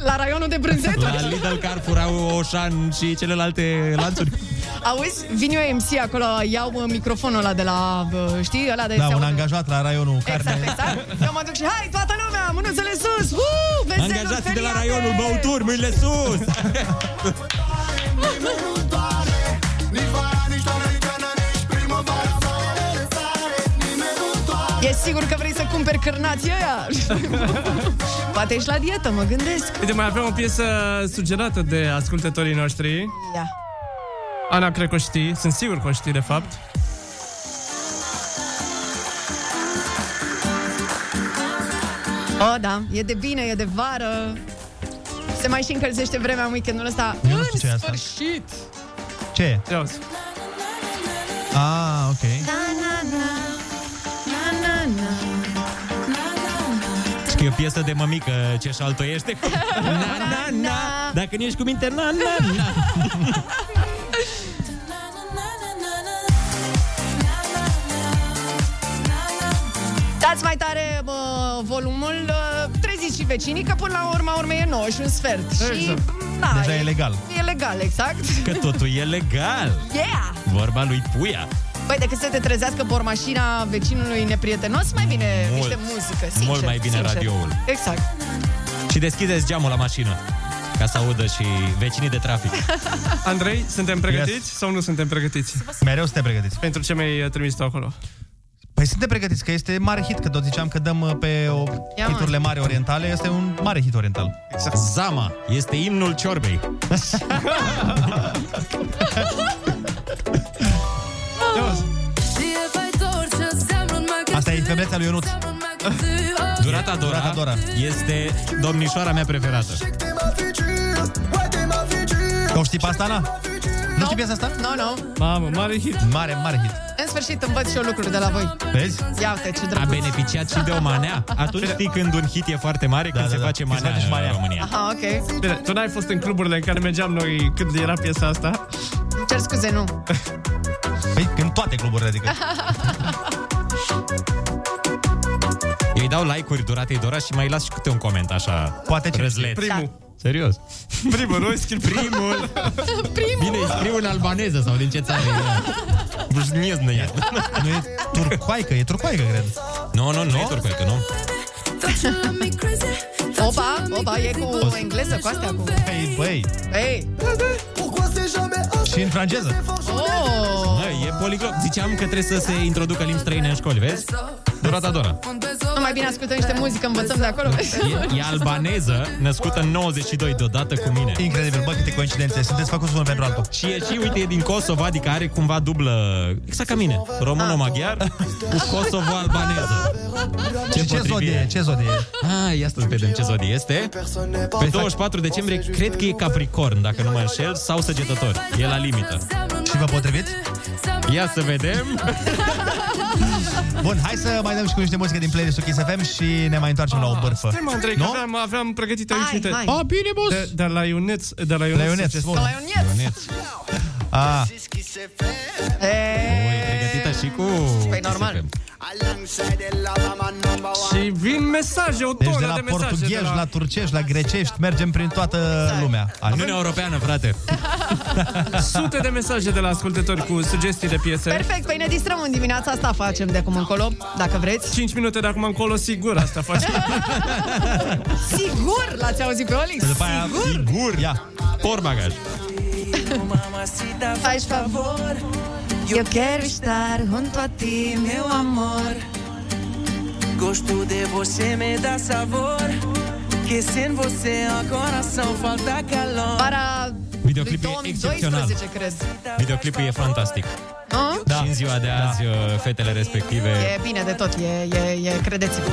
La raionul de brânzeturi. la Lidl, Carrefour, au Oșan și celelalte lanțuri. Auzi, vin eu MC acolo, iau uh, microfonul ăla de la, uh, știi, ăla de Da, se un aude. angajat la raionul carne. Exact. Eu mă duc și hai, toată lumea, mânuțele sus, uh, veseluri Angajații de la feriate! raionul băuturi, mâinile sus! Nimeni nu doare Nici vara, nici toamnă, nici iarnă, nici primăvara Soarele sare, nimeni nu doare E sigur că vrei să cumperi cârnații ăia? Poate ești la dietă, mă gândesc. Uite, mai avem o piesă sugerată de ascultătorii noștri. Ia. Ana, cred că o știi. Sunt sigur că o știi, de fapt. O, da, e de bine, e de vară. Se mai și încălzește vremea în weekendul ăsta. Eu nu știu ce e în asta. sfârșit! Ce e? Ia Ah, ok. Na, na, na. Na, na, na. Știi că e o piesă de mămică ce șaltoiește. Na, na, na. Dacă nu ești cu minte, na, na, na. Dați mai tare bă, volumul, uh, treziți și vecinii, că până la urma urmei e 9 și un sfert. Și, Exact. na, Deja e legal. E legal, exact. Că totul e legal. Yeah! Vorba lui Puia. Păi, decât să te trezească por mașina vecinului neprietenos, mai bine Mult. niște muzică, sincer. Mult mai bine sincer. radioul. Exact. Și deschideți geamul la mașină ca să audă și vecinii de trafic. Andrei, suntem pregătiți yes. sau nu suntem pregătiți? Mereu suntem pregătiți. Pentru ce mi-ai uh, trimis tu acolo? Păi suntem pregătiți, că este mare hit, că tot ziceam că dăm uh, pe o, Ia, mă. hiturile mari orientale, este un mare hit oriental. Exact. Zama este imnul ciorbei. Asta e feblețea lui Ionuț. Durata Dora, Durata Dora este domnișoara mea preferată. O știi pe asta, Ana? Nu știi piesa asta? Nu, nu. Mamă, mare hit. Mare, mare hit. În sfârșit învăț și eu lucruri de la voi. Vezi? Ia uite ce A drăguț. beneficiat și de o manea. Atunci știi când un hit e foarte mare, Da, când se face manea, face și manea. în România. Aha, ok. Bine, tu n-ai fost în cluburile în care mergeam noi când era piesa asta? Îmi cer scuze, nu. Păi, în toate cluburile, adică. Eu îi dau like-uri duratei Dora și mai las și câte un coment așa. Poate ce- Răzleț. Primul. Serios. Primul, nu? Scrie primul. Primul. Bine, îi scriu în albaneză sau din ce țară da. e. Vâșnieznă Nu e turcoaică, e turcoaică, cred. Nu, nu, nu e turcoaică, nu. Opa, opa, e cu engleză, cu astea, cu... Ei, băi, Ei! și în franceză. Oh! Măi, e poliglot. Ziceam că trebuie să se introducă limbi străine în școli, vezi? Durata Dora. Nu mai bine ascultăm niște muzică, învățăm de acolo. E, e albaneză, născută în 92 deodată cu mine. Incredibil, bă, câte coincidențe. Sunteți făcuți unul pentru altul. Și e și, uite, e din Kosovo, adică are cumva dublă, exact ca mine, româno-maghiar cu Kosovo-albaneză. Ce Și ce potrivire. zodie e? Ce zodie e? Ah, ia să vedem ce zodie este. Pe 24 decembrie, cred că e Capricorn, dacă nu mă înșel, sau Săgetător. E la limită. Și vă potriviți? Ia să vedem. Bun, hai să mai dăm și cu niște muzică din playlist-ul Kiss FM și ne mai întoarcem la o bârfă. Stai, mă, Andrei, că Nu? aveam, aveam pregătit aici. Hai, hai. A, bine, boss! De, de la Ionuț, de la Ionuț. La Ionuț, succes. bun. La Ionuț. Ah, Ei! Pregătită și cu... Păi normal. Și vin mesaje, o deci tonă de la de mesaje. portughești, la turcești, la grecești, mergem prin toată Exact. lumea. Hai. Uniunea Europeană, frate. Sute de mesaje de la ascultători cu sugestii de piese. Perfect, păi ne distrăm în dimineața asta, facem de acum încolo, dacă vreți. 5 minute de acum încolo, sigur, asta face. Sigur, l-ați auzit pe Olix? După aia, Sigur! sigur. Ia. Portbagaj. Faz favor, eu quero estar junto a ti, meu amor. Gosto de você me dá sabor Que sem você agora só falta calor Para Videoclipul e excepțional. 2012, cred. Videoclipul e fantastic. A? Da. Și în ziua de azi, da. fetele respective... Ah? E bine de tot, e, e, e credeți-vă.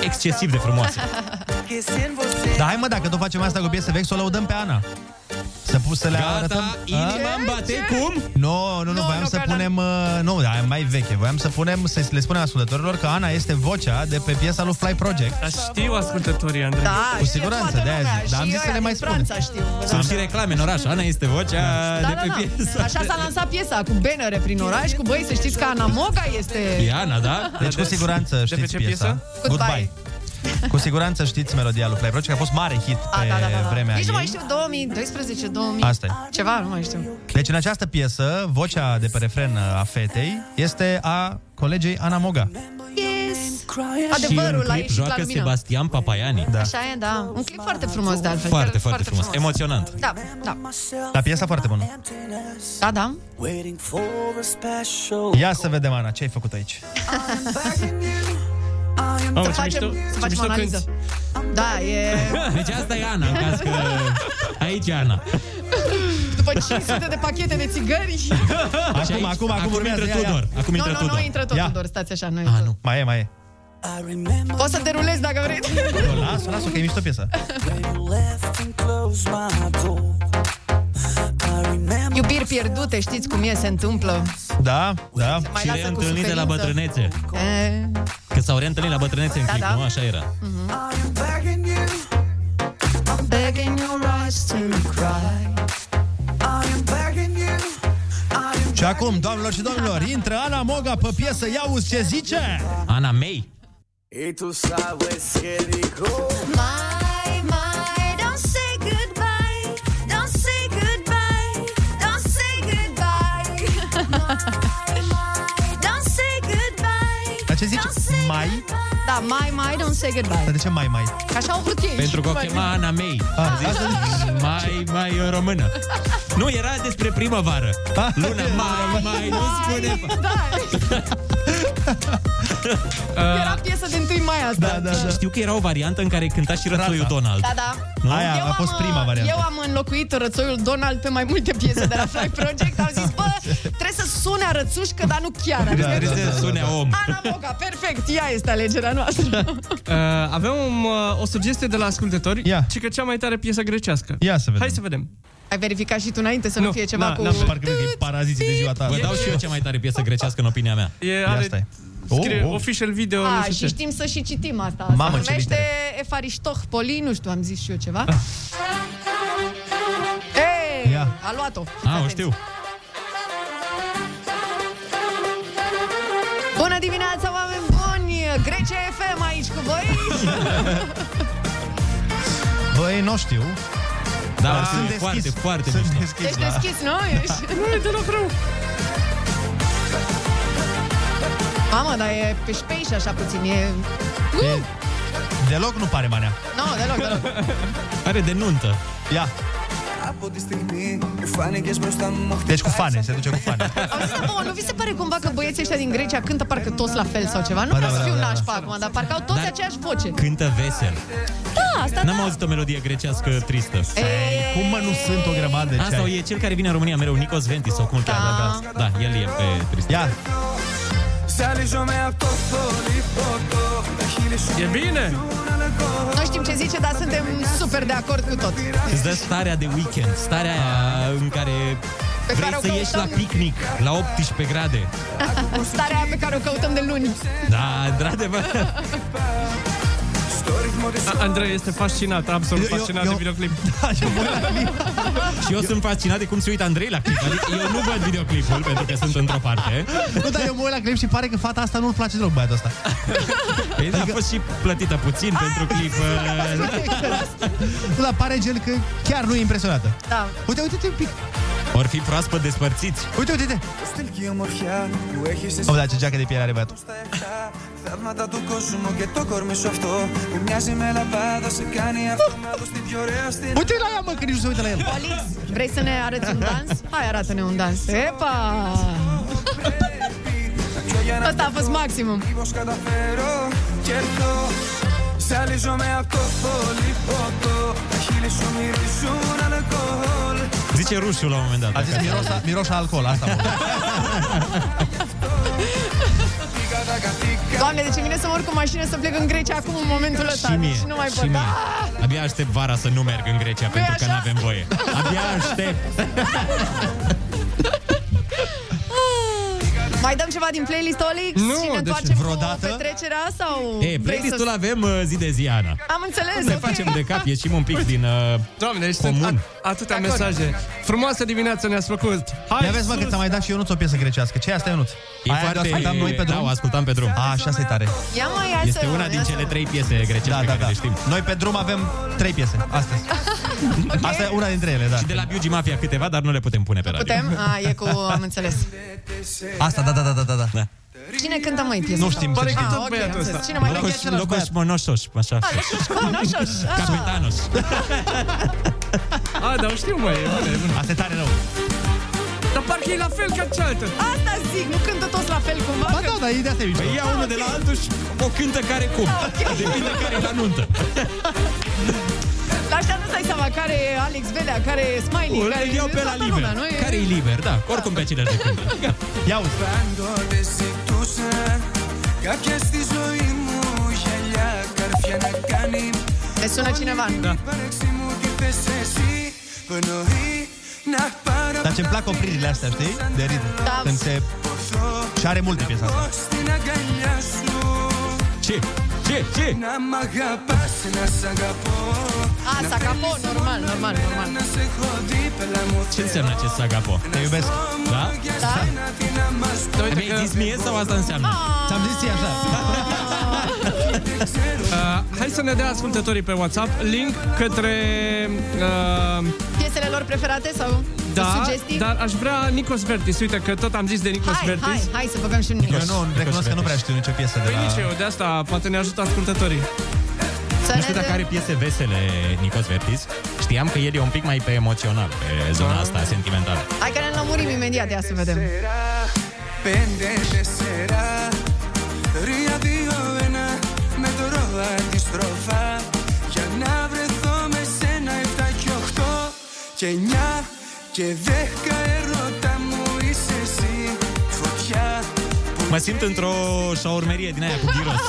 Excesiv de frumoase. Dar Da, hai mă, dacă tot facem asta cu piese vechi, să o lăudăm pe Ana. Să pus să le Gata, arătăm... inima îmi bate, Ce? cum? Nu, nu, nu, voiam să punem... uh, Nu, da, e mai veche. Voiam să punem, să le spunem ascultătorilor că Ana este vocea de pe piesa lui Fly Project. Dar știu ascultătorii, Andrei. Da, Cu siguranță, de aia Da, zic. Dar am zis să le mai spunem. Franța știu. Sunt și reclame în oraș. Ana este vocea Da, de da, pe da. piesă. Așa s-a lansat piesa, cu bannere prin oraș, cu băi, să știți că Ana Moga este... E Ana, da? Deci cu siguranță știți ce piesa. piesă? Goodbye. Cu siguranță știți melodia lui Fly Project, că a fost mare hit pe A, da, da, da, da. vremea Nici nu mai ei. știu, 2012, 2000... Asta e. Ceva, nu mai știu. Deci în această piesă, vocea de pe refren a fetei este a colegei Ana Moga. Yes! și în Adevărul a clip ieșit la joacă lumină. Sebastian Papaiani. Da. Așa e, da. Un clip foarte frumos, de altfel. Foarte, Chiar foarte frumos. Emoționant. Da, da. Dar piesa foarte bună. Da, da. Ia să vedem, Ana, ce ai făcut aici? Să facem, să facem o analiză. Da, e... Deci asta e Ana, în caz că... Aici e Ana. După 500 de pachete de țigări... Acum, aici, acum, acum, urmează, ia, ia. nu, nu, nu, intră tot, Tudor, stați așa, nu Ah, nu. Mai e, mai e. Poți să derulezi dacă vrei. Nu, Lasă, lasă, că e mișto piesă. Iubiri pierdute, știți cum e, se întâmplă. Da, da. mai Și lasă cu reîntâlnit de la suferință. bătrânețe. E, Că s-au reîntâlnit la bătrânețe în Da, clip, da. nu? Așa era. Begging your eyes to cry. Și acum, doamnelor și domnilor, intră Ana Moga pe piesă, ia uzi ce zice! Ana May. Y tú sabes que dijo My, my, don't say goodbye. Don't say goodbye. Don't say goodbye. My, my, don't say goodbye. Dar ce zice? Mai? Da, mai, mai, don't say goodbye. Dar de ce mai, Ah, mai? Că Așa au vrut ei. Pentru că o chema Ana May. A zis, mai, mai în română. Nu, era despre primăvară. Ah, Luna, mai, mai, nu spune. Da, era Ah, piesă de 1 mai asta. Da, da, Știu că era o variantă în care cânta și Rățoiu Donald. Da, da. Nu? Eu am, uh, Eu am înlocuit rățoiul Donald pe mai multe piese de la Fly Project. Am zis, bă, trebuie să sune a rățușcă, dar nu chiar. Da, Adică da, trebuie da, să da, sune da. om. Ana Moga, perfect, ea este alegerea noastră. Uh, avem um, uh, o sugestie de la ascultători, yeah. ci că cea mai tare piesă grecească. Ia să vedem. Hai să vedem. Da, Ai verificat și tu înainte să nu, fie ceva cu... Parcă nu e paraziții de ziua ta. Vă dau și eu cea mai tare piesă grecească în opinia mea. E, are, stai. Scrie Oh, oh. official video, nu A, știu Ah, și ce. știm să și citim asta. Se Mamă, ce numește Efaristoh Poli, nu știu, am zis și eu ceva. Ei, Ia. a luat-o. A, o știu. Bună dimineața, oameni buni! Grecia FM aici cu voi! Băi, nu știu. Da, Dar oricum e foarte, foarte Sunt mișto. deschis, Ești da. deschis, nu? Ești... Nu e deloc rău. Mamă, dar e pe și așa puțin, e... E- Deloc nu pare manea. Nu, no, deloc, deloc. Are de nuntă. Ia. Deci cu fane, se duce cu fane. Auziți, dar, bă, nu vi se pare cumva că băieții ăștia din Grecia cântă parcă toți la fel sau ceva? Nu Ba, vreau da, să da, fiu da, da. nașpa acum, dar parcă au toți Dar- aceeași voce. Cântă vesel. Da, asta N-am da. auzit o melodie grecească tristă. Ei, cum mă, nu sunt o grămadă ce de Asta ai. e cel care vine în România mereu, Nicos Ventis sau cum îl cheamă. Da. Da, da, el e pe tristă. Ia. E bine! Nu știm ce zice, dar suntem super de acord cu tot. Îți dă starea de weekend, starea aia în care Pe vrei care o să ieși la căutăm. picnic la 18 grade. Starea aia pe care o căutăm de luni. Da, într-adevăr. A- Andrei este fascinat, absolut Eu- eu- fascinat eu- Da, de videoclip. Și eu sunt fascinat de cum se uită Andrei la clip. Adică eu nu văd videoclipul pentru că sunt într-o parte. Nu, dar eu mă uit la clip și pare că fata asta nu-l place deloc băiatul ăsta. Păi da, a Adică- fost și plătită puțin pentru clip. uh, Nu, dar pare gel că chiar nu e impresionată. Da. Uite, uite-te un pic. Or fi proaspăt despărțiți. Uite, uite-te. Om, dar ce geacă de piele are băiatul. θαύματα του κόσμου και το κορμί σου αυτό Που μοιάζει με λαμπάδα σε κάνει αυτό να δεις τη πιο ωραία στην Uite la ea, mă, că nici nu se uită la el. Olix, vrei să ne arăți un dans? Hai, arată-ne un dans. Epa! Asta a fost maximum. Πώς καταφέρω και έρθω Σαλίζομαι από το πολύ ποτό Έχει Bine și mirosul alcool Zice rușul la un moment dat. A zis miros, a, miros a alcool, asta mă. Doamne, deci mine să mă urc cu mașină să plec în Grecia acum în momentul ăsta. Și mie, Deci nu mai și pot. mie. Ah! Abia aștept vara să nu merg în Grecia, pentru că așa? nu avem voie. Abia aștept. Ah! Mai dăm ceva din playlist Olix Nu, și ne deci întoarcem vreodată? cu petrecerea sau E, vrei playlist-ul să... avem uh, zi de zi, Ana. Am înțeles, Ne ok. facem de cap, ieșim un pic din uh, Doamne, deci sunt comun. at- atâtea De acord. mesaje. Frumoasă dimineață ne-ați făcut. Hai, Ia vezi, mă, că sus! ți-a mai dat și Ionuț o piesă grecească. Ce e asta, Ionuț? E foarte- ascultam noi pe da, drum? o ascultam pe drum. A, așa e tare. Ia mai hai Este să... una din cele trei piese grecești Da, pe da, care da. le știm. Noi pe drum avem trei piese, astăzi. Asta e una dintre ele, da. Și de la Biugi Mafia câteva, dar nu le putem pune pe radio. Putem? A, e cu... Am înțeles. Asta, da, da, da, da, da. da. Cine cântă mai piesa? Nu știm, Pare să că știm. Ah, tot ok, băiatul ăsta. Cine mai Locos, legea locos monosos, așa. Capetanos. A, dar o știu, mă, e bună, e bună. Asta e tare rău. Dar parcă e la fel ca cealaltă. Asta zic, nu cântă toți la fel cumva? Ba da, dar ideea asta e Păi ia unul de la altul și o cântă care cum. Da, Depinde care e la nuntă. La așa nu-ți dai seama care e Alex Velea, care e Smiley, Îl care e iau pe la toată liber. lumea, nu e? Care e liber, da. Oricum pe aceleași de cântă. Ia uite. Πάντοτε ζητούσα κάποια στη ζωή μου γυαλιά καρφιά να κάνει Te sună cineva? Η ύπαρξή μου τη θες εσύ πνοή να πάρω Dar ce-mi plac opririle astea, știi? De ritm. Da. Când se... Și are multe piesa asta. στην αγκαλιά σου Ce? Ce? Ce? Να μ' αγαπάς, να σ' αγαπώ A, sacapo, normal, normal, normal. Να σε έχω δίπλα μου Ce înseamnă acest sagapo? Te iubesc. Da? Da? Mi-ai zis mie sau asta înseamnă? Ah. Ți-am zis ție așa. Uh, hai să ne dea ascultătorii pe WhatsApp link către... Uh, Piesele lor preferate sau da, sugestii? dar aș vrea Nicos Vertis. Uite că tot am zis de Nicos Hai, Vertis. hai, hai să băgăm și un Eu nu, recunosc că nu prea știu nicio piesă de Păi nici la... eu, de asta poate ne ajută ascultătorii. Să Nu știu ne dacă are piese vesele Nicos Vertis. Știam că el e un pic mai pe emoțional, pe Da. zona asta sentimentală. Hai că ne lămurim imediat, ia să vedem. Πέντε, τεσσερά, τρία, δύο, ένα Με το ρο αντιστροφά Για να βρεθώ με σένα Εφτά και οχτώ και εννιά Και δέκα ερώτα μου είσαι εσύ Φωτιά Mă simt într-o șaurmerie din aia cu gyros.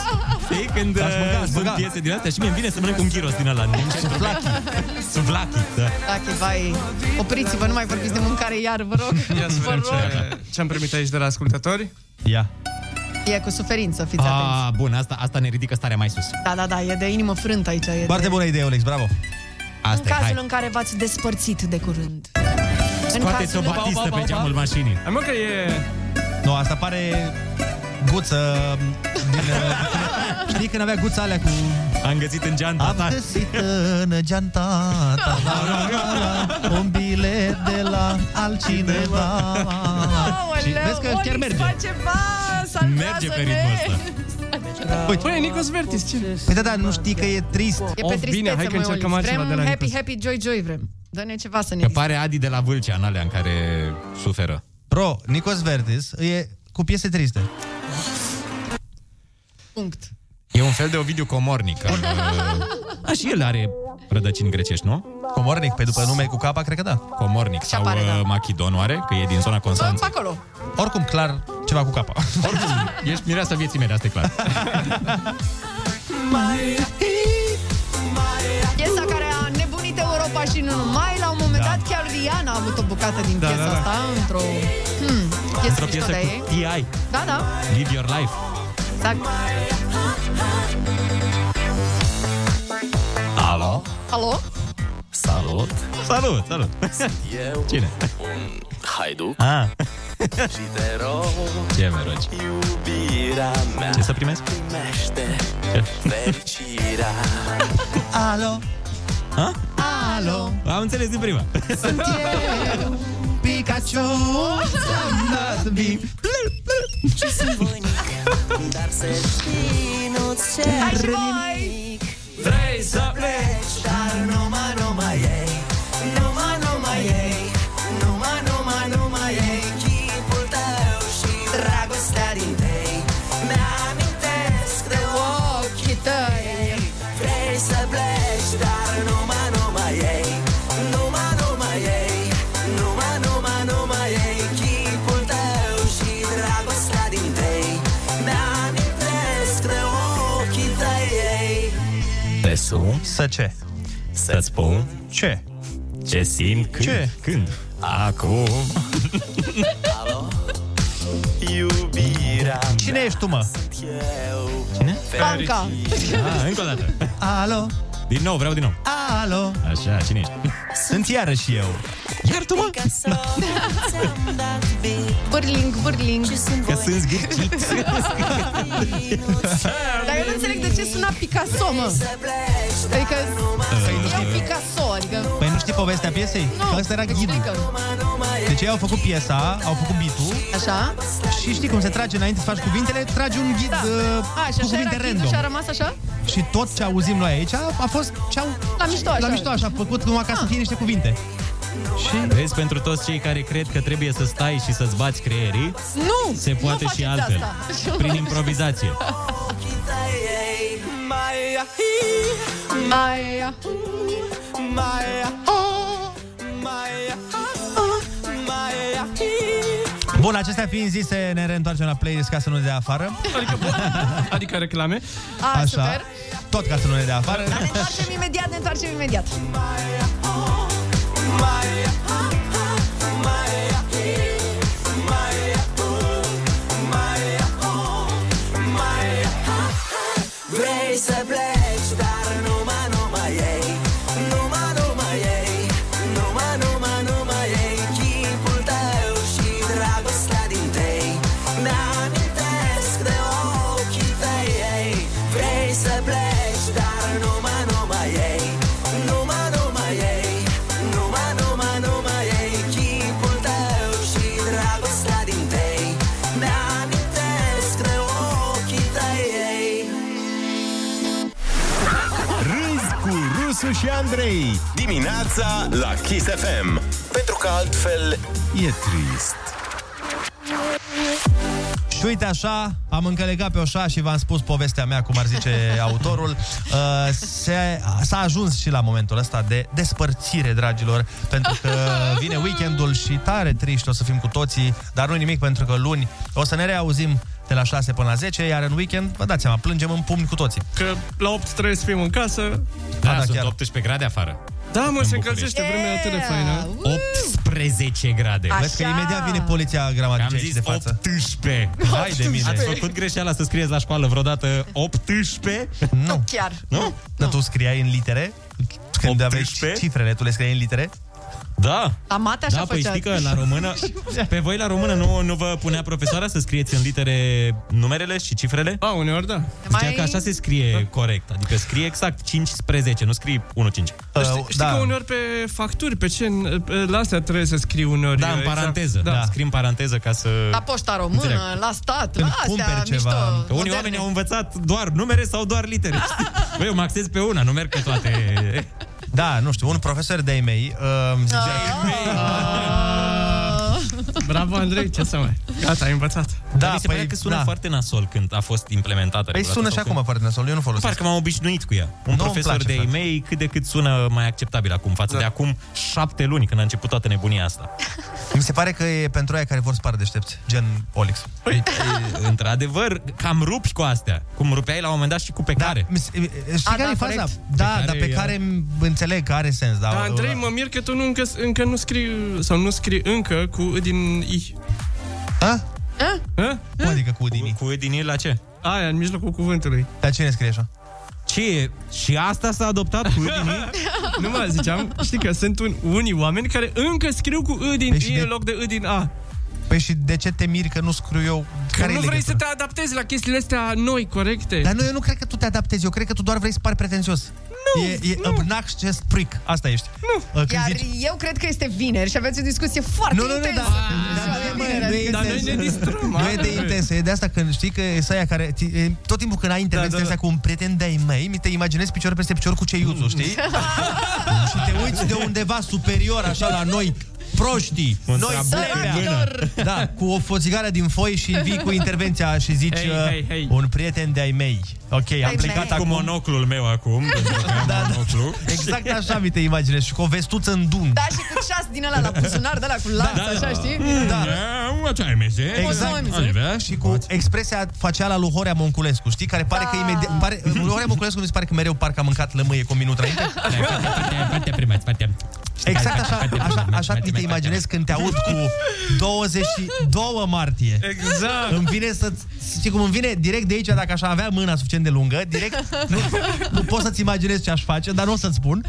Știi? Când Aș mânca, aș uh, vând mânca. piese din astea și mie îmi vine să mănânc un gyros din ăla. Suvlaki. Suvlaki, da. Dacă vai, opriți-vă, nu mai vorbiți de mâncare iar, vă rog. Ia să Vă vedem rog. ce, ce am primit aici de la ascultători. Ia. E cu suferință, fiți atenți. Ah, bun, asta, asta ne ridică starea mai sus. Da, da, da, e de inimă frântă aici. E Foarte de... bună idee, Olex, bravo. În Asta e, cazul hai. în care v-ați despărțit de curând. Scoateți o în- batistă pe Ba, ba, ba, geamul mașinii. Hai mă că e... Nu, asta pare guță din... Știi când avea guța alea cu... Am găsit în geanta Am ta. găsit în geanta ta un bilet de la altcineva. Aoleu, Și vezi că chiar Olix merge. face ba, salvează-ne. Merge pe ritmul ăsta. Uite. Păi, Nicos Vertis, ce? Păi da, da, nu știi că e trist. E Of, pe tristețe, Oh, bine, hai că măi, încercăm Olix. altceva vrem de la happy, Nicos. happy, joy, joy vrem. Dă-ne ceva să ne Că distrăm. pare Adi de la Vâlcea, în alea în care suferă. Pro, Nicos Vertis e cu piese triste. Punct. E un fel de Ovidiu Comornic. al, uh, A, și el are rădăcini grecești, nu? Comornic, pe după nume cu capa, cred că da. Comornic sau apare, da. uh, Machidon, oare? Că e din zona Bă, Constanței. acolo. Oricum, clar, ceva cu capa. Oricum, ești mireasa vieții mele, asta e clar. Piesa care a nebunit Europa și nu numai, la un moment dat chiar Rihanna a avut o bucată din Da, piesa da, da. asta într-o... Hmm, piesă Într-o mișto piesă de-a cu ei. T.I. Da, da, Live Your Life. exact. Alo? Alo? Salut! Salut, salut! Eu Cine? un haiduc Ah. Și te rog, Ce mă rogi? iubirea mea Ce să primesc? Primește Ce? fericirea Alo? Ha? Alo? Ah? Am înțeles din prima. Sunt eu, Pikachu, să Și sunt voinic Dar să știi, nu-ți Hai și cer voi! Vrei să pleci, dar numai, numai ei Numai, numai ei Numai, numai, numai ei Chipul tău și dragostea din tei Mi-amintesc de ochii tăi Vrei să pleci, dar numai, numai ei Visul Să ce? Să-ți spun Ce? Ce simt când? Ce? Când? Acum Iubirea Cine ești tu, mă? Cine? Panca. Ah, încă o dată Alo, Din nou, vreau din nou alo Așa, cine ești? Sunt iarăși eu Iar tu, mă? Burling, burling. Că sunt zgârcit Dar eu nu înțeleg de ce suna Picasso, mă. Adică e Picasso, adică... Păi nu știi povestea piesei? Nu, Că ăsta era ghidul. explică. Deci ei au făcut piesa, au făcut bitul Așa? și știi cum se trage înainte să faci cuvintele, tragi un ghid Da. uh, A, cu și așa era cuvinte ghidul random. și a rămas așa? Și tot ce auzim noi aici a, a fost ce au, La mișto, așa. Ah. la mișto așa, făcut numai ca să fie niște cuvinte. Vezi, pentru toți cei care cred că trebuie să stai și să-ți bați creierii Nu! Se poate nu și faceți altfel asta. Prin improvizație Maia, Maia, Maia, Maia, Maia, Bun, acestea fiind zise, ne reîntoarcem la playlist ca să nu ne dea afară. Adică, adică reclame. A, super. Tot ca să nu ne dea afară. Dar ne întoarcem imediat, ne întoarcem imediat. Vrei să pleci, dar numai, numai ei Numai, numai ei Numai, numai, numai ei Chipul tău și dragostea din tei Ne amintesc de ochii tăi ei Vrei să pleci, dar numai, numai ei Numai, numai ei Numai, numai, numai ei Chipul tău și dragostea din tei Ne amintesc de ochii tăi ei Râzi cu Rusu și Andrei Dimineața la Kiss FM Pentru că altfel e trist Și uite așa, am încălegat pe oșa și v-am spus povestea mea, cum ar zice autorul. Uh, se, s-a ajuns și la momentul ăsta de despărțire, dragilor, pentru că vine weekendul și tare triști o să fim cu toții, dar nu nimic, pentru că luni o să ne reauzim de la 6 până la 10, iar în weekend, vă dați seama, plângem în pumni cu toții. Că la 8 trebuie să fim în casă. Da, da, sunt chiar. 18 grade afară Da, mă, În București. se încălzește vremea da. atât de faină. 18 grade Așa. Vezi că imediat vine poliția Am gramatică zis de față. 18 Hai de mine Ați făcut greșeala să scrieți la școală vreodată 18? Nu Chiar. Nu? Dar tu scriai în litere? Când aveai cifrele, tu le scriai în litere? Da La mate așa da, păi făceați. știi că la română, pe voi la română nu, nu vă punea profesoara să scrieți în litere numerele și cifrele? A, uneori da. Zicea Mai- că așa se scrie corect, adică scrie exact 15, nu scrie 1-5. Uh, Știi, știi da. că uneori pe facturi, pe ce, la astea trebuie să scriu uneori. Da, în paranteză. Da. Da. Scrie în paranteză ca să... La poșta română, Înțeleg. la stat, la astea, mișto. Că unii oameni au învățat doar numere sau doar litere. știi? Băi, eu mă axez pe una, nu merg pe toate. Da, nu știu, un profesor de-ai mei uh, îmi Da. zicea... Ah. Bravo, Andrei, ce să mai... Gata, ai învățat. Da, mi se păi, că sună da. foarte nasol când a fost implementată. Păi sună și acum foarte nasol, eu nu folosesc. Parcă m-am obișnuit cu ea. Un Nu-mi profesor place, de Da. frate. e-mail cât de cât sună mai acceptabil acum față de acum șapte luni când a început toată nebunia asta. Mi se pare că e pentru aia care vor să pară deștepți, gen Olix. Păi, e, într-adevăr, cam rupi cu astea. Cum rupeai la un moment dat și cu pe Da. care. Știi care e faza? Da, dar pe care îmi înțeleg că are sens. Da, Da, Andrei, mă mir că tu nu încă, încă nu scrii, sau nu scrii încă cu I din I. A? A? Cum adică cu din I? Cu din I la ce? Aia, în mijlocul cuvântului. Dar cine scrie așa? Ce e? Și asta s-a adoptat cu I din I? Nu mă ziceam, știi că sunt un, unii oameni care încă scriu cu I din I în loc de I din A. Păi și de ce te miri că nu scriu eu? Că Care nu vrei să te adaptezi la chestiile astea noi, corecte. Dar nu, eu nu cred că tu te adaptezi, eu cred că tu doar vrei să pari pretențios. Nu, e, e nu. obnoxious prick, asta ești. Nu. Când Iar zici, eu cred că este vineri și aveți o discuție foarte Nu, nu, nu, intensă. da. Da, da, da, nu e intensă. Nu e de intensă, e de asta când știi că e aia care... ți- e- Tot timpul când ai intervenții da, da. cu un prieten de-ai mei, mi te imaginezi picior Mm. peste picior cu ceiuțul, știi? și te uiți de undeva superior, așa, la noi. proștii, Un noi trabuc în plebea. gână. Da, cu o foțigare din foi și vii cu intervenția și zici Hei, uh, hei, hei. un prieten de-ai mei. Ok, am Ai plecat mei. Cu acum. Da, monoclul meu acum, pentru că am monoclu. Exact așa mi te imaginezi și cu o vestuță în dun. Da, și cu ceas din ăla la buzunar, de la cu lanț, așa, știi? Da. Ce ai mese? Exact. Și cu expresia facială a lui Horea Monculescu, știi? Care pare că Da. imediat... Pare, Horea Monculescu mi se pare că mereu parcă a mâncat lămâie cu un minut înainte. Foarte primat, foarte... Exact așa, așa, așa ți te imaginezi când te aud cu 22 martie. Exact. Îmi vine să știi cum îmi vine direct de aici, dacă aș avea mâna suficient de lungă, direct nu, nu pot să-ți imaginezi ce aș face, dar nu o să-ți spun.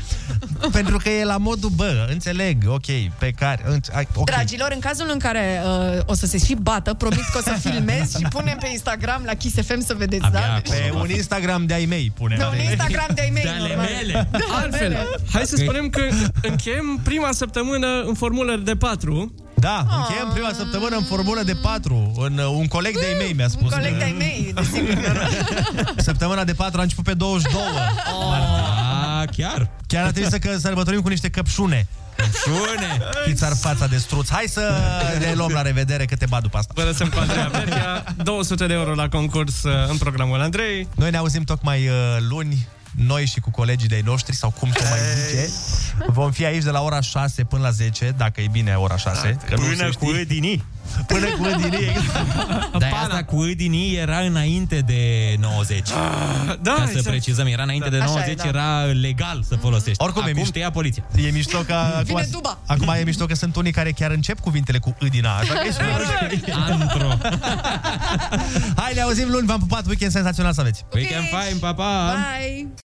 Pentru că e la modul, bă, înțeleg, ok, pe care... înț- ai- ok. Dragilor, în cazul în care uh, o să se și bată, promit că o să filmez și punem pe Instagram la Kiss FM să vedeți, da? Pe un Instagram de-ai mei, pune. Pe un Instagram de-ai mei, normal. Da, Altfel, mele. hai să spunem că încheiem prima săptămână în formulă de 4. Da, încheiem prima săptămână în formulă de 4. În, uh, un coleg de-ai mei mi-a spus. Coleg că- de-ai mei, desigur. Săptămâna de 4 a început pe 22. Oh. Ah, chiar? Chiar a trebuit să că sărbătorim cu niște căpșune. Căpșune! Fițar fața de struț. Hai să le luăm la revedere că te bat după asta. Vă lăsăm cu Andreea Berghia, 200 de euro la concurs uh, în programul Andrei. Noi ne auzim tocmai uh, luni, noi și cu colegii de noștri, sau cum se mai zice. Vom fi aici de la ora 6 până la 10, dacă e bine ora 6. că nu se Până cu știe. Edini. Până cu Edini. Dar asta cu Edini era înainte de 90. da, Ca să exact. precizăm, era înainte de Așa e, 90, da. era legal să folosești. Oricum, Acum știa poliția. E mișto că acum, Vine duba. acum e mișto că sunt unii care chiar încep cuvintele cu â din a, așa că e super. Antro. Hai, ne auzim luni, v-am pupat, weekend senzațional să aveți. Weekend fain, pa, pa! Bye!